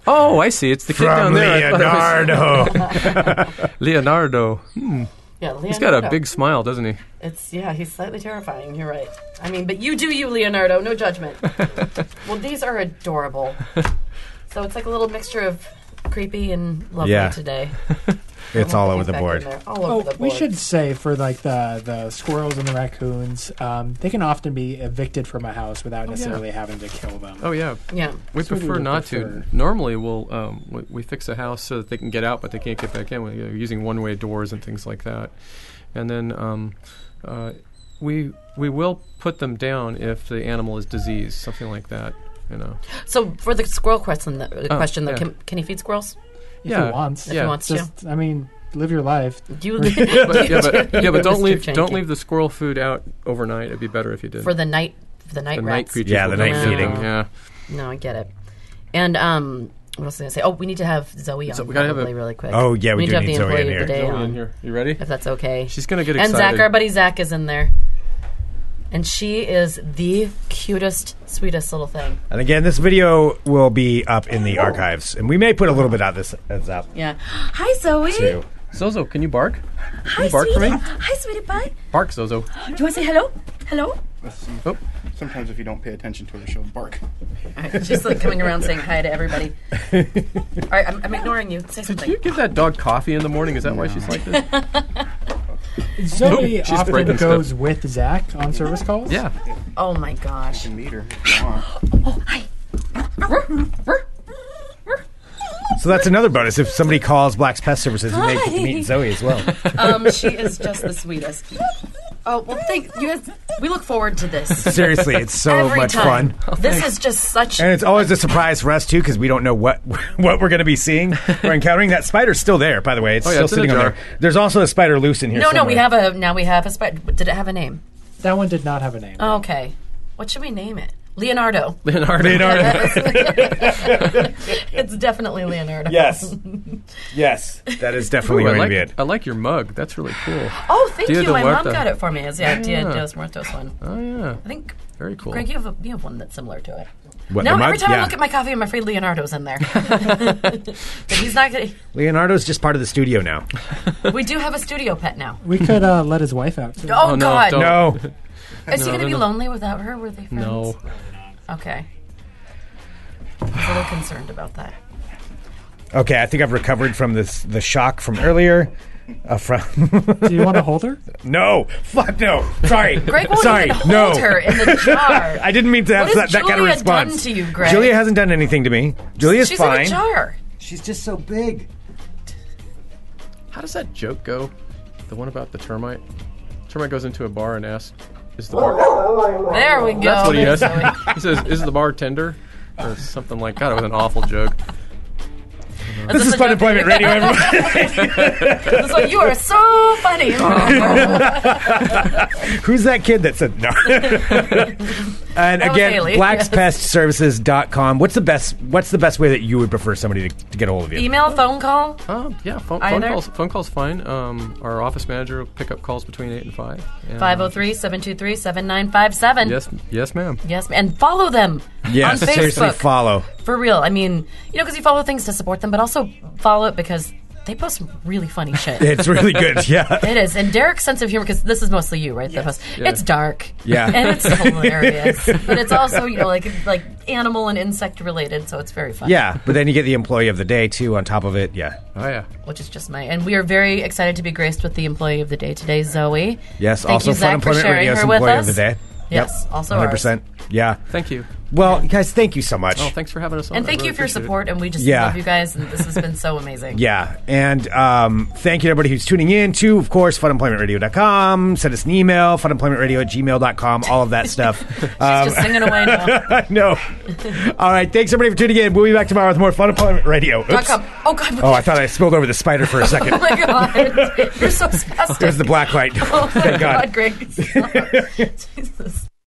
S4: oh, I see. It's the kid down
S1: From
S4: there. I thought it was
S1: Leonardo.
S4: Leonardo.
S2: Yeah, Leonardo.
S4: He's got a big smile, doesn't he?
S2: It's yeah, he's slightly terrifying. You're right. I mean, but you do you, Leonardo. No
S4: <laughs>
S2: judgment. well, these are adorable. So it's like a little mixture of creepy and lovely
S1: Yeah.
S2: today.
S1: it's all over the
S2: Back in
S1: board.
S2: there, All
S3: Oh,
S2: over the board.
S3: we should say for like the the squirrels and the raccoons, um, they can often be evicted from a house
S2: Oh,
S3: without necessarily having to kill them.
S4: Oh yeah.
S2: Yeah.
S4: We
S3: That's what we
S4: prefer
S3: would
S4: not
S3: prefer.
S4: to. Normally, we'll um, we, we fix a house so that they can get out, but they can't get back in. We're using one-way doors and things like that. And then um, uh, we we will put them down if the animal is diseased, something like that.
S2: <laughs>
S4: You know.
S2: So for the squirrel question, the
S4: Oh,
S2: question though,
S4: yeah.
S2: can, can you feed squirrels?
S3: If
S4: yeah.
S3: he wants,
S2: If
S4: Yeah,
S2: he wants to.
S3: just I mean, live your life.
S2: Do
S4: <laughs>
S2: you, do you
S4: But, yeah, but, yeah, but don't
S2: Mr.
S4: leave don't
S2: Jenkins.
S4: leave the squirrel food out overnight. It'd be better if you did.
S2: for the night for the night
S4: the night
S2: rats?
S4: creatures.
S1: Yeah,
S4: will
S1: the
S4: do
S2: night
S4: that.
S2: feeding.
S4: Yeah.
S2: No, I get it. And um, what else was I gonna say? Oh, we need to have Zoe on
S4: So we gotta have
S2: probably
S4: a-
S2: really quick.
S1: Oh, yeah, we
S2: need
S1: do
S2: to have
S1: need
S2: the
S1: Zoe
S2: employee
S1: in
S2: of the
S1: here.
S2: day
S4: Zoe
S2: on,
S4: in here. You ready?
S2: if that's okay.
S4: She's gonna get
S2: and
S4: excited.
S2: Zach, our buddy Zach, is in there, and she is the cutest, sweetest little thing.
S1: And again, this video will be up in the archives, and we may put a little bit out this as up
S2: Yeah. Hi, Zoe.
S1: too.
S4: Zozo, can you bark?
S6: Hi,
S4: you bark for
S6: sweetie.
S4: me?
S6: Hi, sweetie pie.
S4: Bark, Zozo.
S6: Do you want to say hello? Hello?
S4: Oh,
S7: Sometimes if you don't pay attention to her, she'll bark.
S2: Just like coming around saying hi to
S4: <laughs>
S2: everybody. All right, I'm, I'm ignoring you. Say
S4: did
S2: something.
S4: you give that dog coffee in the morning? Is that why she's like this?
S3: Zoe
S4: She's
S3: often
S4: breaking stuff.
S3: goes with Zach on service calls.
S4: yeah. <laughs>
S2: Oh my gosh. Oh,
S7: You can meet her if you
S2: <gasps>
S7: want.
S1: So that's another bonus. If somebody calls Black's Pest Services, and they get to meet Zoe as well.
S2: Um, she is just the sweetest. Oh well, thank you guys. We look forward to this
S1: Seriously, it's so
S2: every
S1: much
S2: time.
S1: fun.
S2: This is just such.
S1: And it's always a surprise for us too because we don't know what <laughs> what we're going to be seeing or encountering. That spider's still there, by the way. It's
S4: Oh,
S1: still
S4: yeah, it's in a
S1: sitting on
S4: jar.
S1: there. There's also a spider loose in here.
S2: No, no, we
S1: somewhere.
S2: have a now we have a spider. Did it have a name?
S3: That one did not have a name.
S2: Okay, what should we name it? Leonardo. <laughs>
S4: Leonardo.
S1: Leonardo.
S2: It's definitely Leonardo.
S1: yes, yes, that is definitely
S4: Ooh, I,
S1: going
S4: like,
S1: to be it.
S4: I like your mug. That's really cool.
S2: Oh, thank
S4: Dia
S2: you.
S4: de
S2: My mom
S4: Muerto.
S2: got it for me. It's yeah, Dia
S4: Yeah.
S2: de los Muertos one.
S4: Oh, yeah.
S2: I think
S4: Very cool.
S2: Greg, you have a, you have one that's similar to it.
S1: What,
S2: No,
S1: the mug?
S2: every time I
S1: Yeah.
S2: look at my coffee, I'm afraid Leonardo's in there. <laughs> but he's not. Gonna,
S1: Leonardo's just part of the studio now.
S2: we do have a studio pet now.
S3: We could uh, let his wife out. Too.
S2: Oh,
S4: Oh, no,
S2: God,
S4: don't.
S1: No,
S2: is he
S4: No,
S2: going to
S4: no,
S2: be
S4: no.
S2: lonely without her? Were they friends?
S4: No.
S2: Okay. I was a little concerned about that.
S1: okay, I think I've recovered from this the shock from earlier. Uh, from <laughs>
S3: Do you want to hold her?
S1: no, fuck no. Sorry,
S2: Greg won't
S1: sorry,
S2: even hold
S1: no.
S2: her in the jar.
S1: I didn't mean to have
S2: What
S1: that,
S2: has
S1: that kind of
S2: Julia
S1: response.
S2: done to you, Greg?
S1: Julia hasn't done anything to me. Julia's
S2: She's
S1: fine.
S2: in a jar.
S5: She's just so big.
S4: How does that joke go? The one about the termite? Termite goes into a bar and asks, Is
S2: Oh,
S4: the bar.
S2: There we go.
S4: That's what he
S2: There's
S4: asked.
S2: Zoe.
S4: <laughs> he says, "Is the bar tender?" Or something like that. It was an awful joke.
S1: This is
S2: a
S1: Fun
S2: joke.
S1: Employment Radio, <laughs> everyone.
S2: <laughs> It's like, you are so funny.
S1: Who's that kid that said
S2: <laughs>
S1: no? and
S2: was
S1: again,
S2: Haley,
S1: blackspestservices.com. What's the best what's the best way that you would prefer somebody to, to get a hold of you?
S2: Email, phone call.
S4: Um, yeah, phone, phone
S2: Either.
S4: calls. Phone calls fine. Um, our office manager will pick up calls between eight and five. And-
S2: 503-723-7957.
S4: Yes, yes, ma'am.
S2: Yes, and follow them
S1: Yes,
S2: on Facebook.
S1: seriously follow.
S2: For real. I mean, you know, because you follow things to support them, but also follow it because they post some really funny shit.
S1: It's really good. <laughs>
S2: <laughs>
S1: Yeah.
S2: It is, and Derek's sense of humor because this is mostly you, right? The host. It's dark,
S1: Yeah. <laughs>
S2: and it's hilarious, but it's also you know like like animal and insect related, so it's very fun.
S1: Yeah, but then you get the employee of the day too on top of it. Yeah.
S4: Oh yeah.
S2: which is just my. And we are very excited to be graced with the employee of the day today, Zoe.
S1: Yes,
S2: Thank
S1: also
S2: you,
S1: Fun
S2: Zach, for
S1: Employment
S2: sharing
S1: Radio's
S2: her with
S1: employee
S2: us.
S1: of the day.
S2: Yes, also ours.
S1: 100%. Yeah.
S4: Thank you.
S1: Well, you guys, thank you so much.
S4: Oh, thanks for having us on.
S2: And
S4: I
S2: thank
S4: really
S2: you for your
S4: appreciate it.
S2: support, and we just
S1: Yeah.
S2: love you guys, and this has been so amazing.
S1: Yeah. And um, thank you to everybody who's tuning in to, of course, funemploymentradio.com. Send us an email, funemploymentradio at gmail.com, all of
S2: <laughs>
S1: that stuff. Um,
S2: She's just singing away now.
S1: <laughs> I know. All right. Thanks, everybody, for tuning in. We'll be back tomorrow with more Fun Employment Radio. Oops.
S2: Come. Oh God!
S1: Oh, I thought I spilled over the spider for a
S2: Oh
S1: second.
S2: <laughs> my
S1: <laughs>
S2: God! You're so spastic.
S1: There's the black light.
S2: Oh my
S1: Thank God. <laughs>
S2: God, Greg. Jesus.